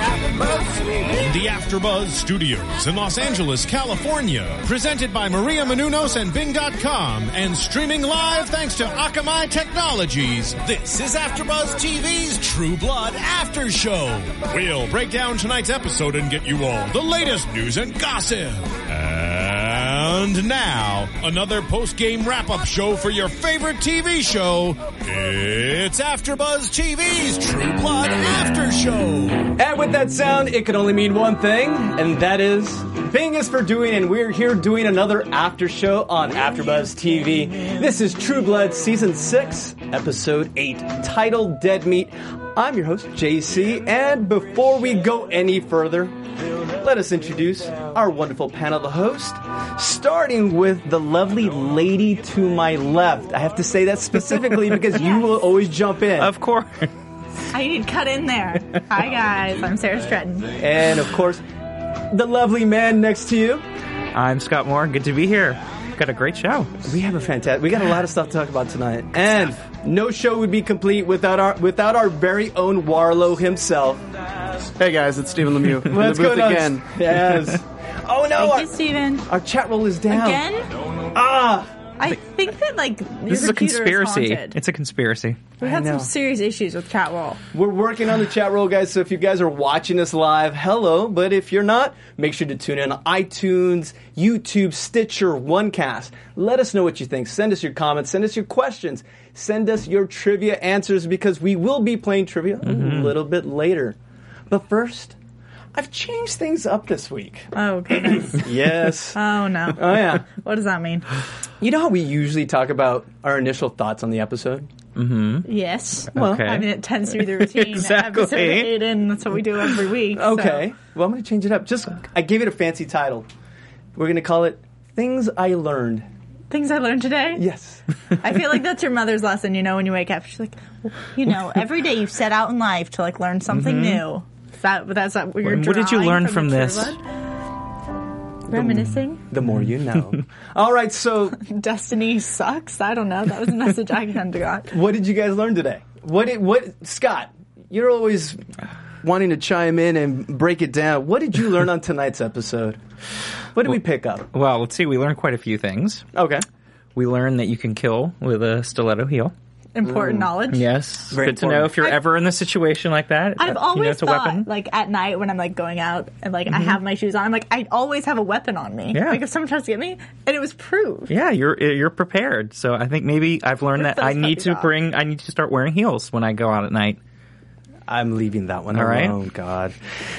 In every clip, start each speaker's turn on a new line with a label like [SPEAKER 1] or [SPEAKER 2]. [SPEAKER 1] From the AfterBuzz Studios in Los Angeles, California, presented by Maria Menounos and Bing.com, and streaming live thanks to Akamai Technologies. This is AfterBuzz TV's True Blood After Show. We'll break down tonight's episode and get you all the latest news and gossip. And now, another post-game wrap-up show for your favorite TV show. It's AfterBuzz TV's True Blood After Show.
[SPEAKER 2] And with that sound, it could only mean one thing, and that is Bing is for doing, and we're here doing another after show on AfterBuzz TV. This is True Blood Season 6, Episode 8, titled Dead Meat. I'm your host, JC, and before we go any further, let us introduce our wonderful panel of hosts, starting with the lovely lady to my left. I have to say that specifically because you will always jump in.
[SPEAKER 3] Of course.
[SPEAKER 4] I need to cut in there. Hi guys, I'm Sarah Stratton.
[SPEAKER 2] And of course, the lovely man next to you.
[SPEAKER 3] I'm Scott Moore. Good to be here. Got a great show.
[SPEAKER 2] We have a fantastic. We got a lot of stuff to talk about tonight, and no show would be complete without our without our very own Warlow himself.
[SPEAKER 5] Hey guys, it's Stephen Lemieux. in
[SPEAKER 2] Let's
[SPEAKER 5] the booth
[SPEAKER 2] go nuts.
[SPEAKER 5] again.
[SPEAKER 2] Yes. oh no,
[SPEAKER 4] Thank you,
[SPEAKER 2] our,
[SPEAKER 4] Steven.
[SPEAKER 2] our chat roll is down.
[SPEAKER 4] Again?
[SPEAKER 2] Ah,
[SPEAKER 4] I think that like your
[SPEAKER 3] This is a
[SPEAKER 4] computer
[SPEAKER 3] conspiracy.
[SPEAKER 4] haunted.
[SPEAKER 3] it's a conspiracy.
[SPEAKER 4] we had
[SPEAKER 2] know.
[SPEAKER 4] some serious issues with Catwall.
[SPEAKER 2] we're working on the chat roll, guys. So if you guys are watching us live, hello. But if you're not, make sure to tune in on iTunes, YouTube, Stitcher, OneCast. Let us know what you think. Send us your comments. Send us your questions. Send us your trivia answers because we will be playing trivia a little bit later. But first, I've changed things up this week.
[SPEAKER 4] Oh goodness.
[SPEAKER 2] Yes. oh
[SPEAKER 4] oh no.
[SPEAKER 2] yeah.
[SPEAKER 4] What does that mean?
[SPEAKER 2] You know how we usually talk about our initial thoughts on the episode?
[SPEAKER 4] Yes.
[SPEAKER 3] Okay.
[SPEAKER 4] I mean, it tends to be the routine.
[SPEAKER 3] Exactly.
[SPEAKER 4] Episode eight in. That's what we do every week. so-
[SPEAKER 2] Okay. Well, I'm going to change it up. Just I gave it a fancy title. We're going to call it "Things I Learned."
[SPEAKER 4] Things I learned today.
[SPEAKER 2] Yes.
[SPEAKER 4] I feel like that's your mother's lesson. You know, when you wake up, she's like, you know, every day you set out in life to like learn something new. Is that but that's not what you're.
[SPEAKER 3] Mm-hmm. What did you
[SPEAKER 4] drawing
[SPEAKER 3] learn
[SPEAKER 4] the
[SPEAKER 3] from
[SPEAKER 4] True
[SPEAKER 3] this?
[SPEAKER 4] Blood? Reminiscing.
[SPEAKER 2] the more you know. All right. So,
[SPEAKER 4] destiny sucks. I don't know. That was a message I kind of got.
[SPEAKER 2] what did you guys learn today? What? Did, what? Scott, you're always wanting to chime in and break it down. What did you learn on tonight's episode? What did we pick up?
[SPEAKER 3] Well, let's see. We learned quite a few things.
[SPEAKER 2] Okay.
[SPEAKER 3] We learned that you can kill with a stiletto heel.
[SPEAKER 4] Important
[SPEAKER 3] Mm.
[SPEAKER 4] knowledge.
[SPEAKER 3] Yes.
[SPEAKER 2] Very
[SPEAKER 3] Good to know
[SPEAKER 2] important.
[SPEAKER 3] if you're
[SPEAKER 4] I've-
[SPEAKER 3] ever in a situation like that.
[SPEAKER 4] I've
[SPEAKER 3] that, you know,
[SPEAKER 4] always
[SPEAKER 3] it's a
[SPEAKER 4] thought,
[SPEAKER 3] weapon. Mm-hmm.
[SPEAKER 4] like at night when I'm like going out and like I have my shoes on, I'm like I always have a weapon on me.
[SPEAKER 3] Yeah.
[SPEAKER 4] Like if someone tries to get me, and it was proved.
[SPEAKER 3] yeah, you're you're prepared. So I think maybe I've learned
[SPEAKER 4] Rip
[SPEAKER 3] that I
[SPEAKER 4] those
[SPEAKER 3] need
[SPEAKER 4] puppies
[SPEAKER 3] to
[SPEAKER 4] off.
[SPEAKER 3] bring I need to start wearing heels when I go out at night.
[SPEAKER 2] I'm leaving that one
[SPEAKER 3] All right.
[SPEAKER 2] alone. God.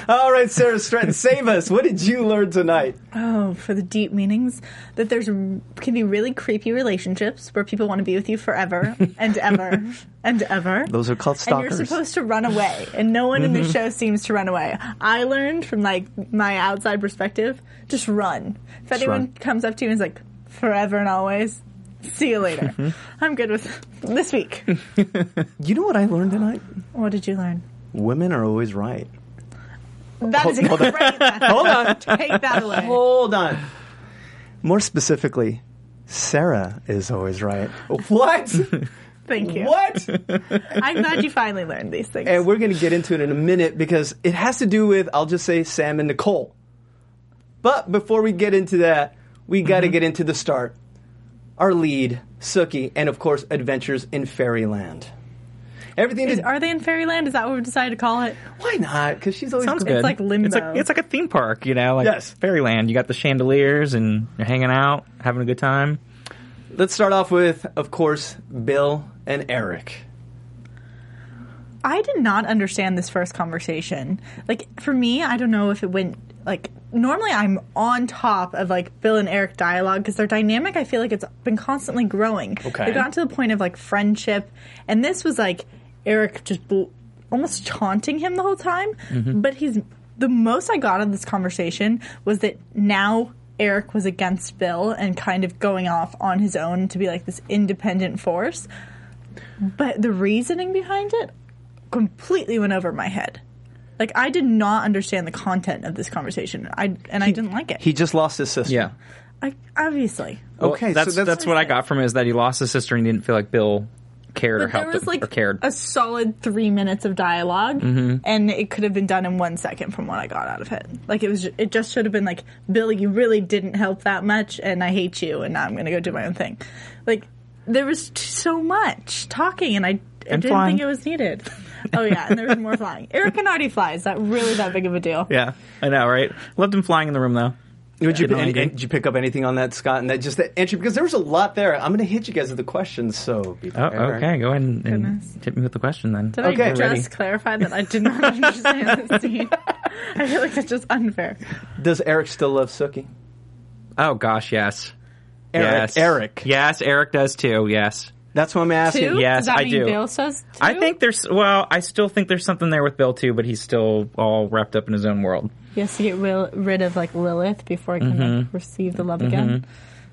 [SPEAKER 2] All right, Sarah Stratton, save us. What did you learn tonight?
[SPEAKER 4] Oh, for the deep meanings that there's can be really creepy relationships where people want to be with you forever and ever and ever.
[SPEAKER 2] Those are called
[SPEAKER 4] And you're
[SPEAKER 2] stalkers.
[SPEAKER 4] supposed to run away, and no one in the show seems to run away. I learned from like my outside perspective, just run. If anyone
[SPEAKER 2] run.
[SPEAKER 4] comes up to you and is like, "Forever and always," see you later. I'm good with this week.
[SPEAKER 2] You know what I learned tonight?
[SPEAKER 4] What did you learn?
[SPEAKER 2] Women are always right.
[SPEAKER 4] That is a
[SPEAKER 2] Hold- hold on.
[SPEAKER 4] great. message.
[SPEAKER 2] Hold on.
[SPEAKER 4] Take that away.
[SPEAKER 2] Hold on. More specifically, Sarah is always right. What?
[SPEAKER 4] Thank you.
[SPEAKER 2] what?
[SPEAKER 4] I'm glad you finally learned these things.
[SPEAKER 2] And we're going to get into it in a minute because it has to do with, I'll just say, Sam and Nicole. But before we get into that, we got to get into the start. Our lead, Sookie, and of course, Adventures in Fairyland. Everything is.
[SPEAKER 4] Is- are they in fairyland? Is that what we decided to call it?
[SPEAKER 2] why not? Because she's always.
[SPEAKER 3] Sounds
[SPEAKER 4] It's
[SPEAKER 3] good.
[SPEAKER 4] like limbo.
[SPEAKER 3] It's like, it's like a theme park, you know, like
[SPEAKER 2] Yes.
[SPEAKER 3] fairyland. You got the chandeliers and you're hanging out, having a good time.
[SPEAKER 2] Let's start off with, of course, Bill and Eric.
[SPEAKER 4] I did not understand this first conversation. Like for me, I don't know if it went like normally I'm on top of like Bill and Eric dialogue because their dynamic I feel like it's been constantly growing.
[SPEAKER 2] Okay.
[SPEAKER 4] They got to the point of like friendship and this was like Eric just bl- almost taunting him the whole time, but he's the most I got on this conversation was that now Eric was against Bill and kind of going off on his own to be like this independent force. But the reasoning behind it completely went over my head. Like I did not understand the content of this conversation. I and I didn't like it.
[SPEAKER 2] He just lost his sister.
[SPEAKER 3] Yeah.
[SPEAKER 4] I, obviously.
[SPEAKER 3] Well,
[SPEAKER 2] Okay, so
[SPEAKER 3] that's
[SPEAKER 2] that's-
[SPEAKER 3] that's what I got from it is that he lost his sister and he didn't feel like Bill cared or
[SPEAKER 4] But there
[SPEAKER 3] helped
[SPEAKER 4] was
[SPEAKER 3] him
[SPEAKER 4] like
[SPEAKER 3] or cared. Mm-hmm.
[SPEAKER 4] a solid three minutes of dialog and it could have been done in one second from what I got out of it. Like it was, it just should have been like, Billy, you really didn't help that much, and I hate you, and now I'm gonna go do my own thing. Like there was t- so much talking, and I, I
[SPEAKER 3] And
[SPEAKER 4] didn't
[SPEAKER 3] flying.
[SPEAKER 4] think it was needed. Oh yeah, and there was more flying. Eric can already fly. Is that really that big of a deal?
[SPEAKER 3] yeah, I know, right? Left him flying in the room though.
[SPEAKER 2] Would you,
[SPEAKER 3] Yeah.
[SPEAKER 2] and, and did you pick up anything on that, Scott? And that just that entry because there was a lot there. I'm going to hit you guys with the questions, so be
[SPEAKER 3] Oh,
[SPEAKER 2] prepared.
[SPEAKER 3] okay. Go ahead and,
[SPEAKER 4] Goodness.
[SPEAKER 3] and hit me with the question then.
[SPEAKER 4] Did
[SPEAKER 2] Okay.
[SPEAKER 4] I just
[SPEAKER 3] Ready.
[SPEAKER 4] clarify that I did not understand the scene? I feel like that's just unfair.
[SPEAKER 2] Does Eric still love Sookie?
[SPEAKER 3] Oh gosh, yes.
[SPEAKER 2] Eric,
[SPEAKER 3] yes.
[SPEAKER 2] Eric.
[SPEAKER 3] Yes, Eric does too. Yes.
[SPEAKER 2] That's what I'm asking.
[SPEAKER 4] Two?
[SPEAKER 3] Yes,
[SPEAKER 4] Does that
[SPEAKER 3] I
[SPEAKER 4] mean
[SPEAKER 3] do.
[SPEAKER 4] Bill says two?
[SPEAKER 3] I think there's well, I still think there's something there with Bill too, but he's still all wrapped up in his own world.
[SPEAKER 4] He has to get will- rid of like Lilith before he can like, receive the love again.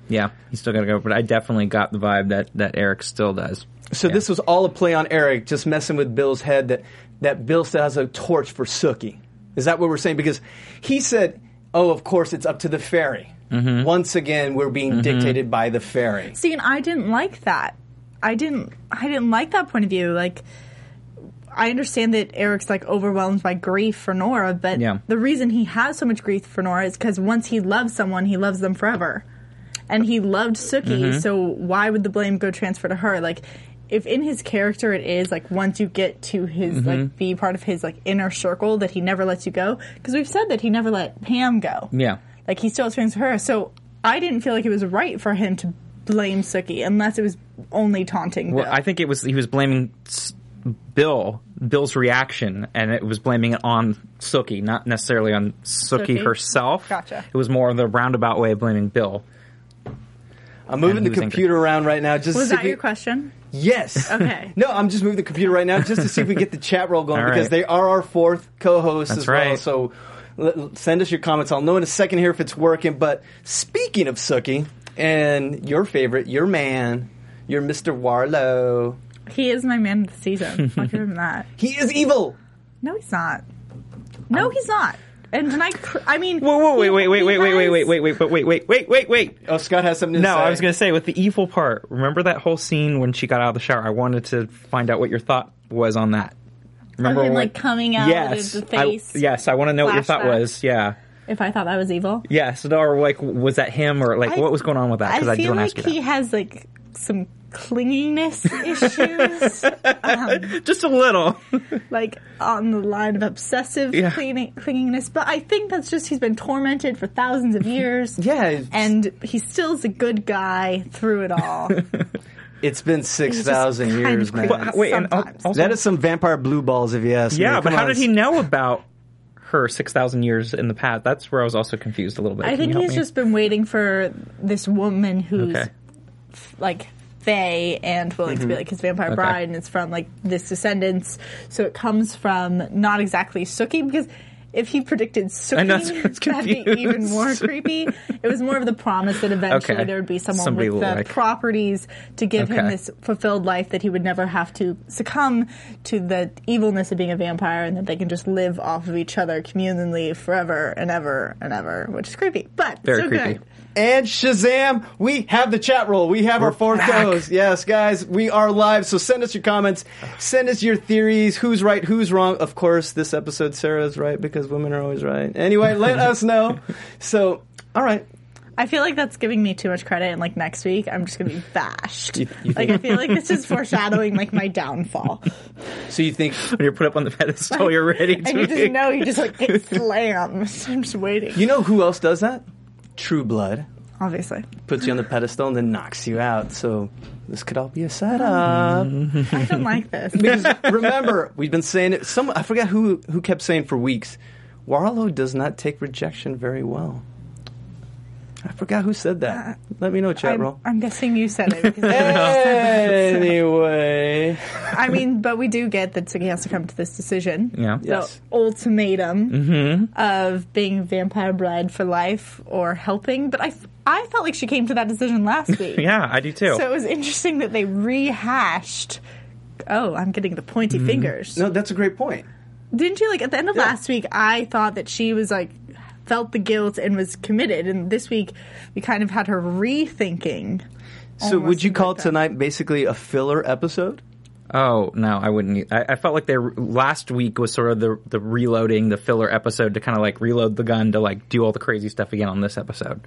[SPEAKER 3] Yeah, he's still got to go, but I definitely got the vibe that that Eric still does.
[SPEAKER 2] So
[SPEAKER 3] Yeah.
[SPEAKER 2] this was all a play on Eric, just messing with Bill's head that, that Bill still has a torch for Sookie. Is that what we're saying? Because he said, oh, of course, it's up to the fairy.
[SPEAKER 3] Mm-hmm.
[SPEAKER 2] Once again, we're being dictated by the fairy.
[SPEAKER 4] See, and I didn't like that. I didn't. I didn't like that point of view. Like, I understand that Eric's like overwhelmed by grief for Nora, but
[SPEAKER 3] Yeah.
[SPEAKER 4] the reason he has so much grief for Nora is because once he loves someone, he loves them forever, and he loved Suki. So why would the blame go transfer to her? Like. If in his character it is like once you get to his like be part of his like inner circle that he never lets you go because we've said that he never let Pam go.
[SPEAKER 3] Yeah.
[SPEAKER 4] Like he still has feelings for her. So I didn't feel like it was right for him to blame Suki unless it was only taunting
[SPEAKER 3] Well,
[SPEAKER 4] Bill.
[SPEAKER 3] I think it was he was blaming S- Bill, Bill's reaction, and it was blaming it on Sookie, not necessarily on Sookie,
[SPEAKER 4] Sookie.
[SPEAKER 3] herself.
[SPEAKER 4] Gotcha.
[SPEAKER 3] It was more the roundabout way of blaming Bill.
[SPEAKER 2] I'm moving
[SPEAKER 3] And
[SPEAKER 2] the
[SPEAKER 3] he was angry.
[SPEAKER 2] computer around right now just to
[SPEAKER 4] was
[SPEAKER 2] see
[SPEAKER 4] that
[SPEAKER 2] if we-
[SPEAKER 4] your question?
[SPEAKER 2] Yes.
[SPEAKER 4] Okay.
[SPEAKER 2] no, I'm just moving the computer right now just to see if we get the chat roll going
[SPEAKER 3] All right.
[SPEAKER 2] because they are our fourth co-host
[SPEAKER 3] That's
[SPEAKER 2] as well.
[SPEAKER 3] right.
[SPEAKER 2] So l- send us your comments. I'll know in a second here if it's working. But speaking of Sookie and your favorite, your man, your Mr. Warlow,
[SPEAKER 4] He is my man of the season. I'll give him that.
[SPEAKER 2] he is evil.
[SPEAKER 4] No, he's not. No, he's not. And when I, cr- I mean,
[SPEAKER 3] Whoa, whoa, wait,
[SPEAKER 4] he-
[SPEAKER 3] wait, wait,
[SPEAKER 4] he
[SPEAKER 3] wait, wait, wait,
[SPEAKER 4] has-
[SPEAKER 3] wait, wait, wait, but wait, wait, wait, wait, wait.
[SPEAKER 2] Oh, Scott has something to
[SPEAKER 3] No,
[SPEAKER 2] say.
[SPEAKER 3] I was going to say with the evil part. Remember that whole scene when she got out of the shower? I wanted to find out what your thought was on that. Remember
[SPEAKER 4] him,
[SPEAKER 3] when-
[SPEAKER 4] like, coming out of
[SPEAKER 3] yes,
[SPEAKER 4] the
[SPEAKER 3] I-
[SPEAKER 4] face?
[SPEAKER 3] yes, I want to know what your thought
[SPEAKER 4] Flashback?
[SPEAKER 3] was. Yeah,
[SPEAKER 4] If I thought that was evil,
[SPEAKER 3] yes, or like was that him or like
[SPEAKER 4] I-
[SPEAKER 3] what was going on with that? Because I,
[SPEAKER 4] I feel
[SPEAKER 3] don't
[SPEAKER 4] like
[SPEAKER 3] ask you
[SPEAKER 4] he
[SPEAKER 3] that.
[SPEAKER 4] has like some clinginess issues,
[SPEAKER 3] Just a little.
[SPEAKER 4] like on the line of obsessive
[SPEAKER 3] Yeah.
[SPEAKER 4] clinging- clinginess. But I think that's just he's been tormented for thousands of years.
[SPEAKER 2] Yeah, it's-
[SPEAKER 4] and he still's a good guy through it all.
[SPEAKER 2] it's been six thousand
[SPEAKER 4] kind of
[SPEAKER 2] years,
[SPEAKER 4] creepy.
[SPEAKER 3] But,
[SPEAKER 2] man.
[SPEAKER 3] h- wait, and al-
[SPEAKER 4] Sometimes.
[SPEAKER 3] also,
[SPEAKER 2] That is some vampire blue balls, if you ask me.
[SPEAKER 3] yeah, but
[SPEAKER 2] Come
[SPEAKER 3] how
[SPEAKER 2] on.
[SPEAKER 3] did he know about her six thousand years in the past? That's where I was also confused a little bit.
[SPEAKER 4] I
[SPEAKER 3] Can you
[SPEAKER 4] think
[SPEAKER 3] help
[SPEAKER 4] he's
[SPEAKER 3] me?
[SPEAKER 4] just been waiting for this woman who's
[SPEAKER 3] Okay. Mm-hmm.
[SPEAKER 4] like Faye and willing to be like his vampire bride, and it's from like this descendants. So it comes from not exactly Sookie because. If he predicted
[SPEAKER 3] I know, so
[SPEAKER 4] Sookie,
[SPEAKER 3] it's
[SPEAKER 4] that'd be even
[SPEAKER 3] confused.
[SPEAKER 4] more creepy. It was more of the promise that eventually
[SPEAKER 3] Okay.
[SPEAKER 4] there would be someone
[SPEAKER 3] Somebody
[SPEAKER 4] with the
[SPEAKER 3] like-
[SPEAKER 4] properties to give him
[SPEAKER 3] Okay.
[SPEAKER 4] this fulfilled life that he would never have to succumb to the evilness of being a vampire and that they can just live off of each other communally forever and ever and ever, which is creepy. But
[SPEAKER 3] Very
[SPEAKER 4] so
[SPEAKER 3] creepy.
[SPEAKER 4] good.
[SPEAKER 2] And Shazam, we have the chat roll. We have our fourth
[SPEAKER 3] back.
[SPEAKER 2] goes. Yes, guys, we are live. So send us your comments. Send us your theories. Who's right? Who's wrong? Of course, this episode, Sarah's right because women are always right. Anyway, let us know. So, all right.
[SPEAKER 4] I feel like that's giving me too much credit, and like next week, I'm just gonna be bashed.
[SPEAKER 2] You- you
[SPEAKER 4] like I feel like this is foreshadowing like my downfall.
[SPEAKER 2] So you think
[SPEAKER 3] when you're put up on the pedestal, you're ready to.
[SPEAKER 4] and you
[SPEAKER 3] be-
[SPEAKER 4] just know you just like get slammed. So I'm just waiting.
[SPEAKER 2] you know who else does that? True Blood
[SPEAKER 4] Obviously,
[SPEAKER 2] puts you on the pedestal and then knocks you out. So this could all be a setup.
[SPEAKER 4] I don't like this.
[SPEAKER 2] Because remember, we've been saying it. Some I forgot who who kept saying for weeks. Warlow does not take rejection very well. I forgot who said that. Let me know, chat
[SPEAKER 4] I'm,
[SPEAKER 2] roll.
[SPEAKER 4] I'm guessing you said it. Because
[SPEAKER 2] Anyway,
[SPEAKER 4] I mean, but we do get that Suki has to come to this decision.
[SPEAKER 3] Yeah. Mm-hmm.
[SPEAKER 4] The
[SPEAKER 2] Yes.
[SPEAKER 4] ultimatum of being vampire bride for life or helping. But I, I felt like she came to that decision last week.
[SPEAKER 3] Yeah, I do too.
[SPEAKER 4] So it was interesting that they rehashed. Oh, I'm getting the pointy
[SPEAKER 3] Mm-hmm.
[SPEAKER 4] fingers.
[SPEAKER 2] No, that's a great point.
[SPEAKER 4] Didn't you like at the end of last week? I thought that she was like felt the guilt and was committed, and this week we kind of had her rethinking.
[SPEAKER 2] So would you
[SPEAKER 4] like
[SPEAKER 2] call
[SPEAKER 4] that.
[SPEAKER 2] tonight basically a filler episode?
[SPEAKER 3] oh no, I wouldn't. I, I felt like their last week was sort of the the reloading, the filler episode to kind of like reload the gun to like do all the crazy stuff again on this episode.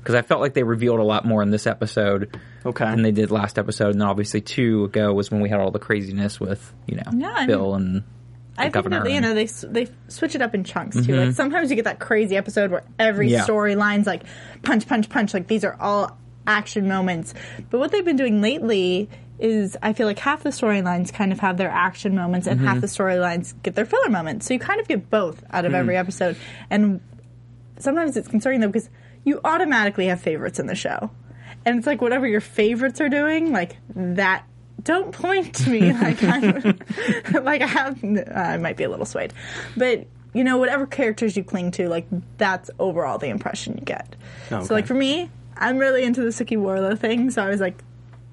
[SPEAKER 3] Because I felt like they revealed a lot more in this episode
[SPEAKER 2] Okay.
[SPEAKER 3] than they did last episode, and then obviously two ago was when we had all the craziness with you know
[SPEAKER 4] Yeah, I
[SPEAKER 3] Bill and
[SPEAKER 4] I think
[SPEAKER 3] governor
[SPEAKER 4] that you
[SPEAKER 3] and- Mm-hmm.
[SPEAKER 4] know they s- they switch it up in chunks too. Like sometimes you get that crazy episode where every
[SPEAKER 3] Yeah.
[SPEAKER 4] storyline's like punch, punch, punch. Like these are all action moments. But what they've been doing lately is I feel like half the storylines kind of have their action moments and
[SPEAKER 3] Mm-hmm.
[SPEAKER 4] half the storylines get their filler moments. So you kind of get both out of every episode. And sometimes it's concerning though because you automatically have favorites in the show, and it's like whatever your favorites are doing, like that. Don't point to me like I'm like I have. uh, I might be a little swayed, but you know whatever characters you cling to, like that's overall the impression you get. So like for me, I'm really into the Suki Warlow thing, so I was like,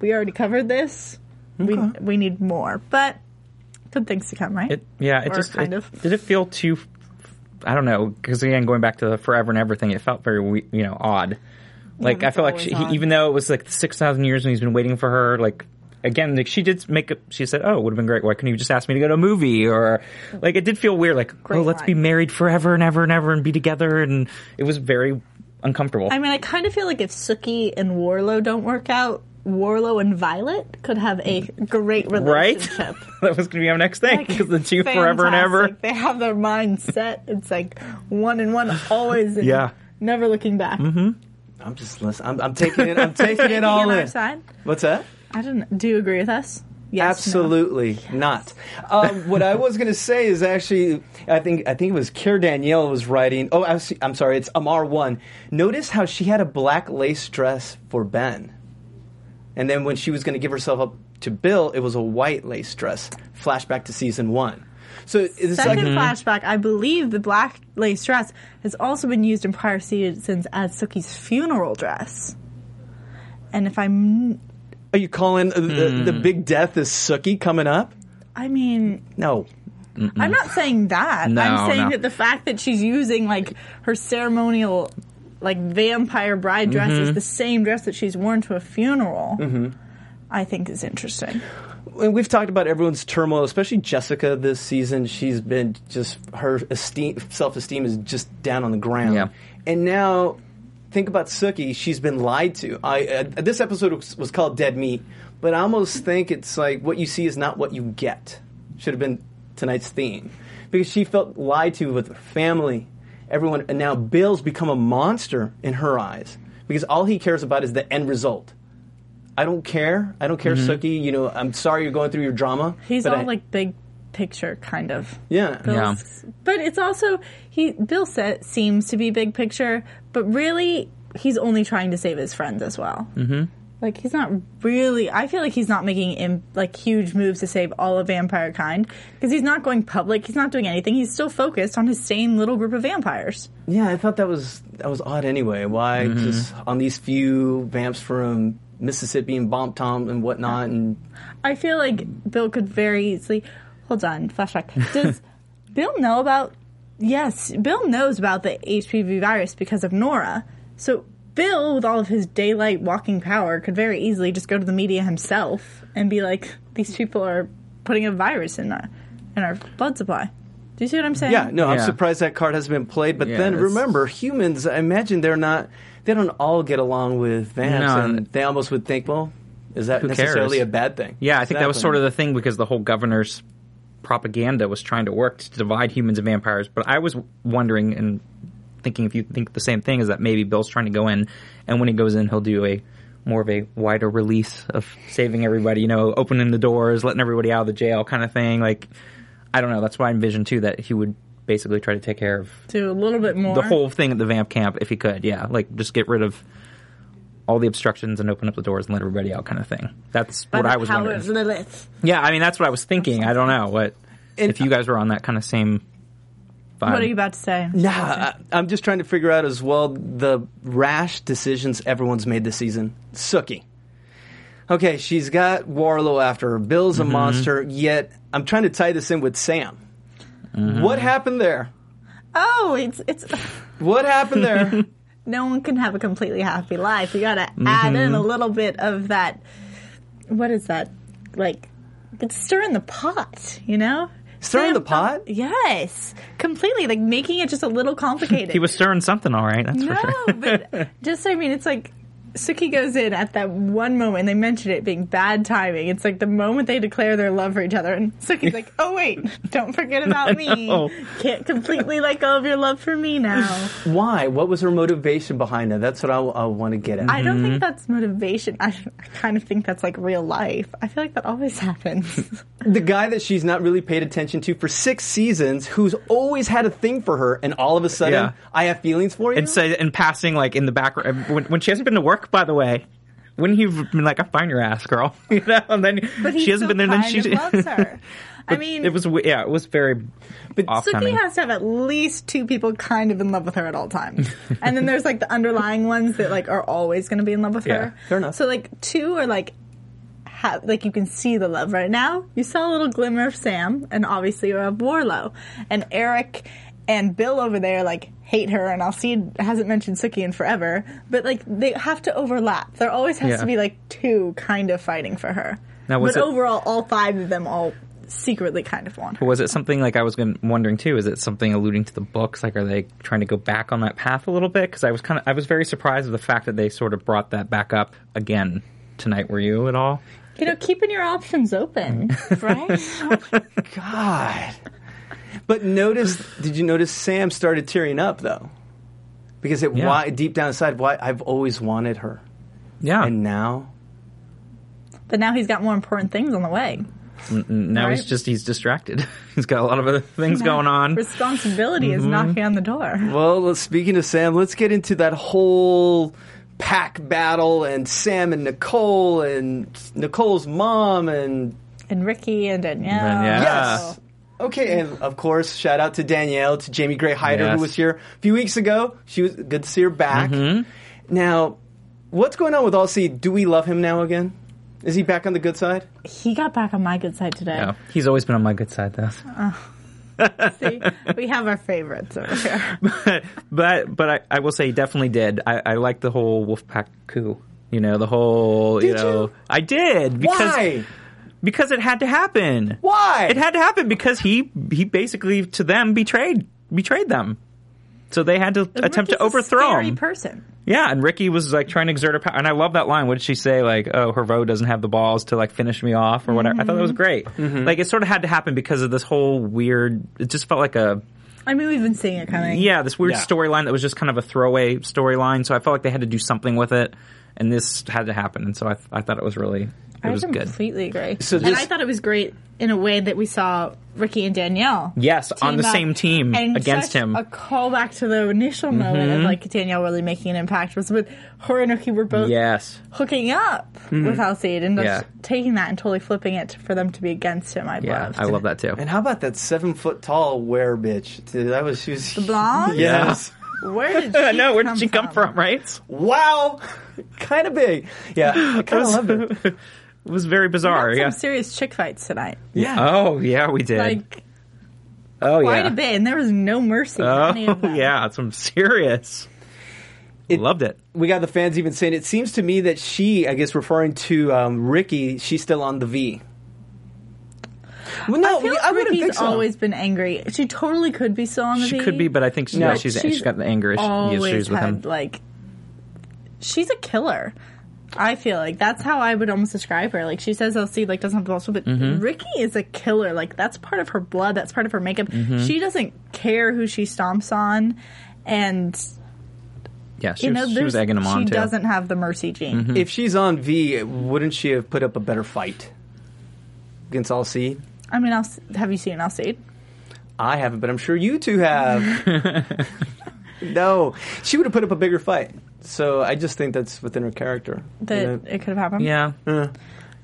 [SPEAKER 4] we already covered this. We we need more, but good things to come, right?
[SPEAKER 3] It yeah, it
[SPEAKER 4] Or
[SPEAKER 3] just
[SPEAKER 4] kind
[SPEAKER 3] it-
[SPEAKER 4] of.
[SPEAKER 3] did it feel too. I don't know because again, going back to the forever and everything, it felt very we- you know odd. Like I
[SPEAKER 4] that's
[SPEAKER 3] feel like
[SPEAKER 4] always
[SPEAKER 3] she,
[SPEAKER 4] odd.
[SPEAKER 3] he, even though it was like six thousand years and he's been waiting for her, like again, like she did make a, she said, "Oh, it would have been great. Why couldn't you just ask me to go to a movie?" Or like it did feel weird, like
[SPEAKER 4] Great
[SPEAKER 3] oh, let's be
[SPEAKER 4] line.
[SPEAKER 3] married forever and ever and ever and be together, and it was very uncomfortable.
[SPEAKER 4] I mean, I kind of feel like if Suki and Warlow don't work out, Warlow and Violet could have a great
[SPEAKER 3] Right?
[SPEAKER 4] relationship.
[SPEAKER 3] that was going to be our next thing because the two forever and ever.
[SPEAKER 4] Fantastic. They have their mind set. It's like one and one always. And
[SPEAKER 3] Yeah. Mm-hmm.
[SPEAKER 4] Never looking back.
[SPEAKER 2] I'm just listening. I'm, I'm taking it. I'm taking it all
[SPEAKER 4] on our
[SPEAKER 2] in.
[SPEAKER 4] side?
[SPEAKER 2] What's that?
[SPEAKER 4] I don't. Do you agree with us? Yes. no?
[SPEAKER 2] Absolutely not. Um, what I was going to say is actually, I think I think it was Care Danielle was writing. Oh, I was, I'm sorry, it's Amar One. Notice how she had a black lace dress for Ben, and then when she was going to give herself up to Bill, it was a white lace dress. Flashback to season one. So it's
[SPEAKER 4] Second
[SPEAKER 2] like
[SPEAKER 3] mm-hmm.
[SPEAKER 4] flashback, I believe the black lace dress has also been used in prior seasons as Suki's funeral dress. And if I'm,
[SPEAKER 2] Are you calling uh, the, the big death is Suki coming up?
[SPEAKER 4] I mean,
[SPEAKER 2] No.
[SPEAKER 4] I'm not saying that.
[SPEAKER 3] No,
[SPEAKER 4] I'm saying
[SPEAKER 3] no.
[SPEAKER 4] that the fact that she's using like her ceremonial, like vampire bride dress is the same dress that she's worn to a funeral. I think is interesting.
[SPEAKER 2] And we've talked about everyone's turmoil, especially Jessica this season. She's been just her esteem, self esteem is just down on the ground.
[SPEAKER 3] Yeah.
[SPEAKER 2] And now, think about Suki. She's been lied to. I uh, this episode was, was called Dead Meat, but I almost think it's like what you see is not what you get. Should have been tonight's theme because she felt lied to with her family, everyone, and now Bill's become a monster in her eyes because all he cares about is the end result. I don't care. I don't care,
[SPEAKER 3] Mm-hmm.
[SPEAKER 2] Suki. You know, I'm sorry you're going through your drama.
[SPEAKER 4] He's
[SPEAKER 2] but
[SPEAKER 4] all
[SPEAKER 2] I-
[SPEAKER 4] like big picture kind of.
[SPEAKER 2] yeah,
[SPEAKER 3] Yeah.
[SPEAKER 4] Bill's- But it's also he Bill sa seems to be big picture, but really he's only trying to save his friends as well. Mm-hmm. Like he's not really. I feel like he's not making im- like huge moves to save all of vampire kind because he's not going public. He's not doing anything. He's still focused on his same little group of vampires.
[SPEAKER 2] yeah. I thought that was that was odd anyway. Why
[SPEAKER 3] Mm-hmm.
[SPEAKER 2] just on these few vamps from Mississippi and Bomb Tom and whatnot? And
[SPEAKER 4] I feel like Bill could very easily. Hold on, flashback. Does Bill know about? Yes, Bill knows about the HPV virus because of Nora. So Bill, with all of his daylight walking power, could very easily just go to the media himself and be like, "These people are putting a virus in our in our blood supply." Do you see what I'm saying?
[SPEAKER 2] yeah, no, I'm
[SPEAKER 3] Yeah.
[SPEAKER 2] surprised that card hasn't been played. But
[SPEAKER 3] Yeah,
[SPEAKER 2] then
[SPEAKER 3] it's-
[SPEAKER 2] remember, humans. I imagine they're not. They don't all get along with vamps,
[SPEAKER 3] No,
[SPEAKER 2] and
[SPEAKER 3] and-
[SPEAKER 2] they almost would think, well, is that
[SPEAKER 3] Who cares?
[SPEAKER 2] necessarily a bad thing?
[SPEAKER 3] Yeah, I think that was
[SPEAKER 2] Exactly.
[SPEAKER 3] sort of the thing because the whole governor's propaganda was trying to work to divide humans and vampires. But I was wondering and thinking if you think the same thing is that maybe Bill's trying to go in, and when he goes in, he'll do a more of a wider release of saving everybody, you know, opening the doors, letting everybody out of the jail kind of thing. Like, I don't know. That's what I envisioned too, that he would basically try to take care of
[SPEAKER 4] Do a little bit more.
[SPEAKER 3] the whole thing at the vamp camp if he could. Yeah, like just get rid of all the obstructions and open up the doors and let everybody out, kind of thing. That's
[SPEAKER 4] By
[SPEAKER 3] what
[SPEAKER 4] the
[SPEAKER 3] I was
[SPEAKER 4] power
[SPEAKER 3] wondering.
[SPEAKER 4] of Lilith.
[SPEAKER 3] Yeah, I mean that's what I was thinking. I don't know what
[SPEAKER 2] And-
[SPEAKER 3] if you guys were on that kind of same. Vibe.
[SPEAKER 4] What are you about to say?
[SPEAKER 2] Nah, I, I'm just trying to figure out as well the rash decisions everyone's made this season. Sookie. Okay, she's got Warlow after her. Bill's a
[SPEAKER 3] Mm-hmm.
[SPEAKER 2] monster, yet I'm trying to tie this in with Sam.
[SPEAKER 3] Mm-hmm.
[SPEAKER 2] What happened there?
[SPEAKER 4] Oh, it's it's.
[SPEAKER 2] What happened there?
[SPEAKER 4] No one can have a completely happy life. You got to add in
[SPEAKER 3] Mm-hmm.
[SPEAKER 4] a little bit of that. What is that? Like, it's stirring the pot. You know.
[SPEAKER 2] Stirring the pot?
[SPEAKER 4] Yes, completely. Like making it just a little complicated.
[SPEAKER 3] He was stirring something, all right. That's for
[SPEAKER 4] No,
[SPEAKER 3] sure.
[SPEAKER 4] but just I mean, it's like Suki goes in at that one moment. They mention it being bad timing. It's like the moment they declare their love for each other, and Suki's like, "Oh wait, don't forget about
[SPEAKER 3] know.
[SPEAKER 4] me. Can't completely let go of your love for me now."
[SPEAKER 2] Why? What was her motivation behind that? That's what I, want to get at.
[SPEAKER 4] I don't
[SPEAKER 3] Mm-hmm.
[SPEAKER 4] think that's motivation. I, I kind of think that's like real life. I feel like that always happens.
[SPEAKER 2] the guy that she's not really paid attention to for six seasons, who's always had a thing for her, and all of a sudden,
[SPEAKER 3] Yeah.
[SPEAKER 2] I have feelings for you.
[SPEAKER 3] and say and passing like in the back when, when she hasn't been to work by the way wouldn't he have been like i find your ass girl you know and then
[SPEAKER 4] But he
[SPEAKER 3] she hasn't
[SPEAKER 4] still
[SPEAKER 3] been there then
[SPEAKER 4] kind
[SPEAKER 3] she
[SPEAKER 4] of loves her. I mean,
[SPEAKER 3] it was w- yeah it was very off
[SPEAKER 4] Suki
[SPEAKER 3] timing
[SPEAKER 4] has to have at least two people kind of in love with her at all times. and then there's like the underlying ones that like are always going to be in love with
[SPEAKER 3] Yeah,
[SPEAKER 4] her.
[SPEAKER 2] fair enough.
[SPEAKER 4] So like two are like have like you can see the love right now. You saw a little glimmer of Sam and obviously you have Warlow and Eric and Bill over there like hate her and Alcide hasn't mentioned Suki in forever, but like they have to overlap. There always has
[SPEAKER 3] Yeah.
[SPEAKER 4] to be like two kind of fighting for her.
[SPEAKER 3] Now, was
[SPEAKER 4] but
[SPEAKER 3] it-
[SPEAKER 4] overall all five of them all secretly kind of want her.
[SPEAKER 3] was it something like i was gon- wondering too is it something alluding to the books like are they trying to go back on that path a little bit because i was kind of i was very surprised at the fact that they sort of brought that back up again tonight were you at all
[SPEAKER 4] You know, keeping your options open, right?
[SPEAKER 2] God. But notice, did you notice Sam started tearing up though? Because it
[SPEAKER 3] Yeah.
[SPEAKER 2] why deep down inside, why I've always wanted her,
[SPEAKER 3] yeah
[SPEAKER 2] and now
[SPEAKER 4] but now he's got more important things on the way.
[SPEAKER 3] now he's
[SPEAKER 4] right.
[SPEAKER 3] just he's distracted he's got a lot of other things going on
[SPEAKER 4] Responsibility is
[SPEAKER 3] Mm-hmm.
[SPEAKER 4] knocking on the door.
[SPEAKER 2] Well, let's- speaking of Sam, let's get into that whole pack battle and Sam and Nicole and Nicole's mom and
[SPEAKER 4] And Ricky and Danielle.
[SPEAKER 3] Danielle.
[SPEAKER 2] yes. Uh, Okay, and of course, shout out to Danielle, to Jamie Gray Hyder,
[SPEAKER 3] Yes.
[SPEAKER 2] who was here a few weeks ago. She was good to see her back.
[SPEAKER 3] Mm-hmm.
[SPEAKER 2] Now, what's going on with Alcide? Do we love him now again? Is he back on the good side?
[SPEAKER 4] He got back on my good side today.
[SPEAKER 3] yeah he's always been on my good side though
[SPEAKER 4] See, we have our favorites over here.
[SPEAKER 3] But but I, I will say he definitely did. I, I like the whole Wolfpack coup. You know, the whole you
[SPEAKER 2] Did
[SPEAKER 3] know
[SPEAKER 2] you?
[SPEAKER 3] I did because
[SPEAKER 2] Why?
[SPEAKER 3] because it had to happen.
[SPEAKER 2] Why?
[SPEAKER 3] It had to happen because he he basically to them betrayed betrayed them. So they had to attempt to
[SPEAKER 4] Ricky's a
[SPEAKER 3] overthrow
[SPEAKER 4] scary
[SPEAKER 3] him.
[SPEAKER 4] person.
[SPEAKER 3] yeah, and Ricky was like trying to exert her power. And I love that line. What did she say? Like, oh, Hervo doesn't have the balls to like finish me off or whatever. I thought that was great. Like, it sort of had to happen because of this whole weird. It just felt like a
[SPEAKER 4] I mean, we've been seeing it coming.
[SPEAKER 3] yeah, this weird
[SPEAKER 2] Yeah.
[SPEAKER 3] storyline that was just kind of a throwaway storyline. So I felt like they had to do something with it, and this had to happen. And so I, I thought it was really, it
[SPEAKER 4] I
[SPEAKER 3] was good.
[SPEAKER 4] completely agree.
[SPEAKER 2] So
[SPEAKER 4] and
[SPEAKER 2] this-
[SPEAKER 4] I thought it was great in a way that we saw Ricky and Danielle.
[SPEAKER 3] Yes, on the
[SPEAKER 4] up
[SPEAKER 3] same team
[SPEAKER 4] and
[SPEAKER 3] against
[SPEAKER 4] such
[SPEAKER 3] him. Mm-hmm.
[SPEAKER 4] A callback to the initial moment of like Danielle really making an impact was with her and Ricky were both
[SPEAKER 3] Yes,
[SPEAKER 4] hooking up with Alcide and
[SPEAKER 3] Mm-hmm.
[SPEAKER 4] just
[SPEAKER 3] Yeah.
[SPEAKER 4] taking that and totally flipping it for them to be against him. I
[SPEAKER 3] yeah,
[SPEAKER 4] loved.
[SPEAKER 3] I love that too.
[SPEAKER 2] And how about that seven foot tall were bitch? Dude, that was she was
[SPEAKER 4] blonde?
[SPEAKER 2] Yes.
[SPEAKER 4] Where did she
[SPEAKER 3] No, where
[SPEAKER 4] come
[SPEAKER 3] did she come from? Right?
[SPEAKER 2] Wow. kind of big. Yeah. I kind of loved it.
[SPEAKER 3] It was very bizarre.
[SPEAKER 4] Some
[SPEAKER 3] Yeah.
[SPEAKER 4] serious chick fights tonight.
[SPEAKER 2] Yeah.
[SPEAKER 3] Oh yeah, we did.
[SPEAKER 4] Like
[SPEAKER 3] oh
[SPEAKER 4] quite
[SPEAKER 3] yeah.
[SPEAKER 4] a bit, and there was no mercy. in any of
[SPEAKER 3] Oh
[SPEAKER 4] them.
[SPEAKER 3] yeah, it's some serious.
[SPEAKER 2] It-
[SPEAKER 3] Loved it.
[SPEAKER 2] we got the fans even saying it seems to me that she, I guess, referring to um, Ricky, she's still on the V. Well, no,
[SPEAKER 4] I feel
[SPEAKER 2] Oh, we-
[SPEAKER 4] like
[SPEAKER 2] I wouldn't
[SPEAKER 4] Ricky's
[SPEAKER 2] think so.
[SPEAKER 4] always been angry. She totally could be still on the
[SPEAKER 3] She
[SPEAKER 4] V,
[SPEAKER 3] could be, but I think she,
[SPEAKER 2] No.
[SPEAKER 3] yeah, she's,
[SPEAKER 4] She's
[SPEAKER 3] she's got the anger
[SPEAKER 4] always
[SPEAKER 3] issues with
[SPEAKER 4] had
[SPEAKER 3] him.
[SPEAKER 4] like she's a killer. I feel like that's how I would almost describe her. Like she says, "LC like doesn't have the muscle," but
[SPEAKER 3] Mm-hmm.
[SPEAKER 4] Ricky is a killer. Like that's part of her blood. That's part of her makeup.
[SPEAKER 3] Mm-hmm.
[SPEAKER 4] She doesn't care who she stomps on, and
[SPEAKER 3] Yeah, she,
[SPEAKER 4] you know
[SPEAKER 3] was, she
[SPEAKER 4] there's-
[SPEAKER 3] was egging him on
[SPEAKER 4] she
[SPEAKER 3] too. Mm-hmm.
[SPEAKER 4] doesn't have the mercy gene.
[SPEAKER 2] If she's on V, wouldn't she have put up a better fight against All C?
[SPEAKER 4] I mean, I'll, s- have you seen Alcide?
[SPEAKER 2] I haven't, but I'm sure you two have. no, she would have put up a bigger fight. So I just think that's within her character.
[SPEAKER 4] that
[SPEAKER 2] you know?
[SPEAKER 4] it could have happened.
[SPEAKER 3] Yeah.
[SPEAKER 4] Um,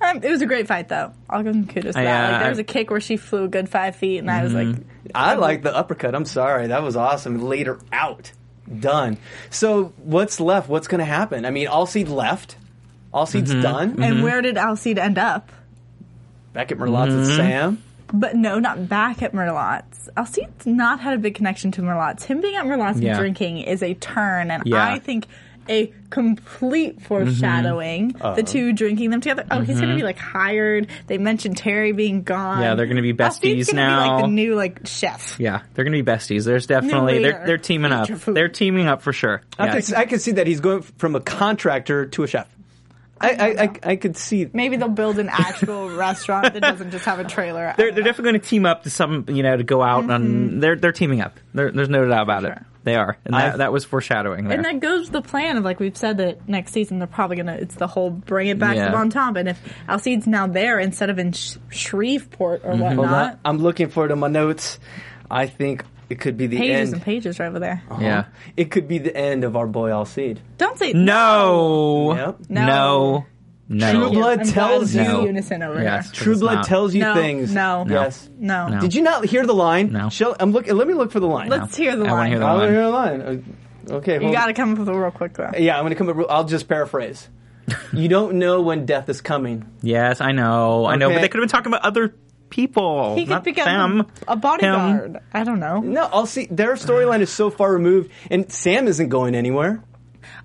[SPEAKER 4] it was a great fight, though. I'll give them kudos for that.
[SPEAKER 3] Yeah,
[SPEAKER 4] Like,
[SPEAKER 3] I- Mm-hmm.
[SPEAKER 4] there was a kick where she flew a good five feet, and I was like,
[SPEAKER 2] I like the uppercut. I'm sorry. That was awesome. Laid her out. Done. So what's left? What's going to happen? I mean, Alcide left. Alcide's done.
[SPEAKER 3] Mm-hmm.
[SPEAKER 4] and where did Alcide end up?
[SPEAKER 2] Back at Merlot's and Sam.
[SPEAKER 4] But no, not back at Merlot's. Alcide's not had a big connection to Merlot's. Him being at Merlot's
[SPEAKER 3] Yeah.
[SPEAKER 4] and drinking is a turn, and
[SPEAKER 3] Yeah.
[SPEAKER 4] I think a complete foreshadowing.
[SPEAKER 3] Mm-hmm.
[SPEAKER 4] The two drinking them together. Oh, he's going to be like hired. They mentioned Terry being gone.
[SPEAKER 3] Yeah, they're gonna be
[SPEAKER 4] Alcide's
[SPEAKER 3] besties
[SPEAKER 4] gonna Be like
[SPEAKER 3] now.
[SPEAKER 4] the new like chef.
[SPEAKER 3] Yeah, they're gonna be besties. There's definitely they're
[SPEAKER 4] later.
[SPEAKER 3] they're teaming up.
[SPEAKER 4] Future food.
[SPEAKER 3] They're teaming up for sure.
[SPEAKER 2] I,
[SPEAKER 3] Yeah.
[SPEAKER 2] could, I could see that he's going from a contractor to a chef. I, I, I, I could see.
[SPEAKER 4] Maybe they'll build an actual restaurant that doesn't just have a trailer.
[SPEAKER 3] They're, they're definitely going to team up to some, you know, to go out on. They're they're teaming up. There there's no doubt about it.
[SPEAKER 4] Sure.
[SPEAKER 3] They are, and that,
[SPEAKER 2] I've-
[SPEAKER 3] that was foreshadowing. There.
[SPEAKER 4] And that goes with the plan of like we've said that next season they're probably gonna it's the whole bring it back
[SPEAKER 3] Yeah.
[SPEAKER 4] to Bon Tom and if Alcide's now there instead of in Sh- Shreveport
[SPEAKER 3] Mm-hmm.
[SPEAKER 4] or
[SPEAKER 2] Hold on.
[SPEAKER 4] whatnot,
[SPEAKER 2] I'm looking for it in my notes. I think it could be the
[SPEAKER 4] pages
[SPEAKER 2] end.
[SPEAKER 4] and pages are over there.
[SPEAKER 3] yeah.
[SPEAKER 2] It could be the end of our boy Alcide.
[SPEAKER 4] Don't say
[SPEAKER 3] No.
[SPEAKER 2] Yep.
[SPEAKER 3] No.
[SPEAKER 4] No.
[SPEAKER 3] No.
[SPEAKER 2] True
[SPEAKER 4] Yeah,
[SPEAKER 2] Blood
[SPEAKER 4] I'm glad
[SPEAKER 2] tells
[SPEAKER 4] it's
[SPEAKER 2] you.
[SPEAKER 4] in unison over
[SPEAKER 3] Yes.
[SPEAKER 4] here.
[SPEAKER 3] But
[SPEAKER 2] True
[SPEAKER 3] it's
[SPEAKER 2] Blood
[SPEAKER 3] not.
[SPEAKER 2] tells you
[SPEAKER 4] No,
[SPEAKER 2] things.
[SPEAKER 4] no, No.
[SPEAKER 2] Yes.
[SPEAKER 4] No.
[SPEAKER 3] No.
[SPEAKER 2] Did you not hear the line?
[SPEAKER 3] No.
[SPEAKER 2] Shall, I'm looking. Let me look for the line.
[SPEAKER 4] Let's hear the
[SPEAKER 3] I wanna
[SPEAKER 4] line.
[SPEAKER 3] hear the
[SPEAKER 2] I
[SPEAKER 3] line.
[SPEAKER 2] want to hear the line. Uh, Okay.
[SPEAKER 4] You
[SPEAKER 2] hold-
[SPEAKER 4] gotta come up with it real quick though.
[SPEAKER 2] Yeah, I'm going to come up. I'll just paraphrase. you don't know when death is coming.
[SPEAKER 3] Yes, I know. I know. But
[SPEAKER 2] Okay.
[SPEAKER 3] they could have been talking about other people.
[SPEAKER 4] He could
[SPEAKER 3] not
[SPEAKER 4] become
[SPEAKER 3] them.
[SPEAKER 4] a bodyguard. I don't know.
[SPEAKER 2] No, I'll see. Their storyline is so far removed, and Sam isn't going anywhere.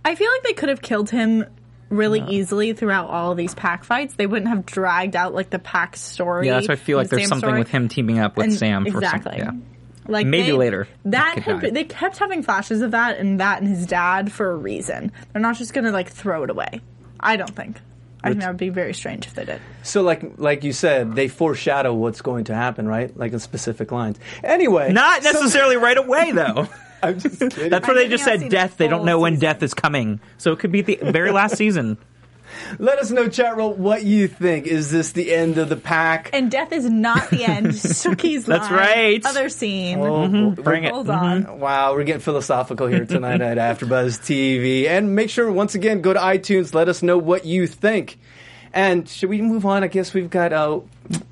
[SPEAKER 4] I feel like they could have killed him really easily throughout all of these pack fights. They wouldn't have dragged out like the pack story.
[SPEAKER 3] Yeah, that's why I feel like
[SPEAKER 4] the
[SPEAKER 3] there's
[SPEAKER 4] Sam
[SPEAKER 3] something
[SPEAKER 4] story.
[SPEAKER 3] with him teaming up with
[SPEAKER 4] And-
[SPEAKER 3] Sam for
[SPEAKER 4] exactly.
[SPEAKER 3] something.
[SPEAKER 4] Like
[SPEAKER 3] Maybe
[SPEAKER 4] they-
[SPEAKER 3] later.
[SPEAKER 4] That
[SPEAKER 3] Good
[SPEAKER 4] had
[SPEAKER 3] guy.
[SPEAKER 4] been, they kept having flashes of that and that and his dad for a reason. They're not just gonna like throw it away. I don't think. I think that would be very strange if they did.
[SPEAKER 2] So, like, like you said, they foreshadow what's going to happen, right? Like in specific lines. Anyway,
[SPEAKER 3] Yeah. Not necessarily right away, though.
[SPEAKER 2] I'm just kidding.
[SPEAKER 3] That's where
[SPEAKER 4] I
[SPEAKER 3] they
[SPEAKER 4] think
[SPEAKER 3] just
[SPEAKER 4] I'll
[SPEAKER 3] said
[SPEAKER 4] see the
[SPEAKER 3] death. They
[SPEAKER 4] full
[SPEAKER 3] don't know when
[SPEAKER 4] season.
[SPEAKER 3] death is coming. So it could be the very last season.
[SPEAKER 2] Let us know, chat roll, what you think. Is this the end of the pack?
[SPEAKER 4] And death is not the end. Suki's
[SPEAKER 3] That's
[SPEAKER 4] line,
[SPEAKER 3] right. mm-hmm.
[SPEAKER 4] Other scene.
[SPEAKER 2] Oh, we're-
[SPEAKER 3] Bring it.
[SPEAKER 4] Hold on.
[SPEAKER 2] Wow, we're getting philosophical here tonight at AfterBuzz TV. And make sure once again go to iTunes. Let us know what you think. And should we move on? I guess we've got uh,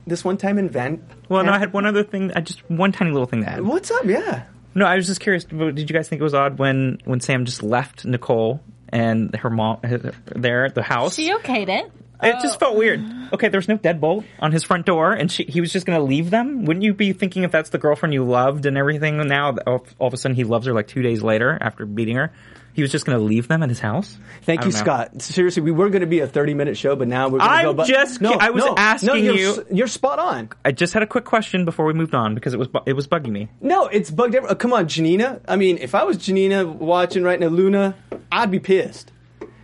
[SPEAKER 2] this one time in Van.
[SPEAKER 3] Well, no, I had one other thing. I just one tiny little thing to add.
[SPEAKER 2] What's up? Yeah.
[SPEAKER 3] No, I was just curious. but Did you guys think it was odd when when Sam just left Nicole and her mom there at the house?
[SPEAKER 4] She okayed it.
[SPEAKER 3] It just felt weird. Okay, there's no deadbolt on his front door, and she, he was just going to leave them. Wouldn't you be thinking if that's the girlfriend you loved and everything? and Now that all, all of a sudden he loves her like two days later after beating her. He was just going to leave them at his house.
[SPEAKER 2] Thank
[SPEAKER 3] I
[SPEAKER 2] you,
[SPEAKER 3] don't know.
[SPEAKER 2] Scott. Seriously, we were going to be a 30 minute show, but now we're going to
[SPEAKER 3] I'm
[SPEAKER 2] go. bu-
[SPEAKER 3] just
[SPEAKER 2] no,
[SPEAKER 3] ki- I was
[SPEAKER 2] no, no,
[SPEAKER 3] asking
[SPEAKER 2] you're,
[SPEAKER 3] you-
[SPEAKER 2] s- You're spot on.
[SPEAKER 3] I just had a quick question before we moved on because it was bu- it was bugging me.
[SPEAKER 2] No, it's bugged. Every- oh, come on, Janina. I mean, if I was Janina watching right now, Luna, I'd be pissed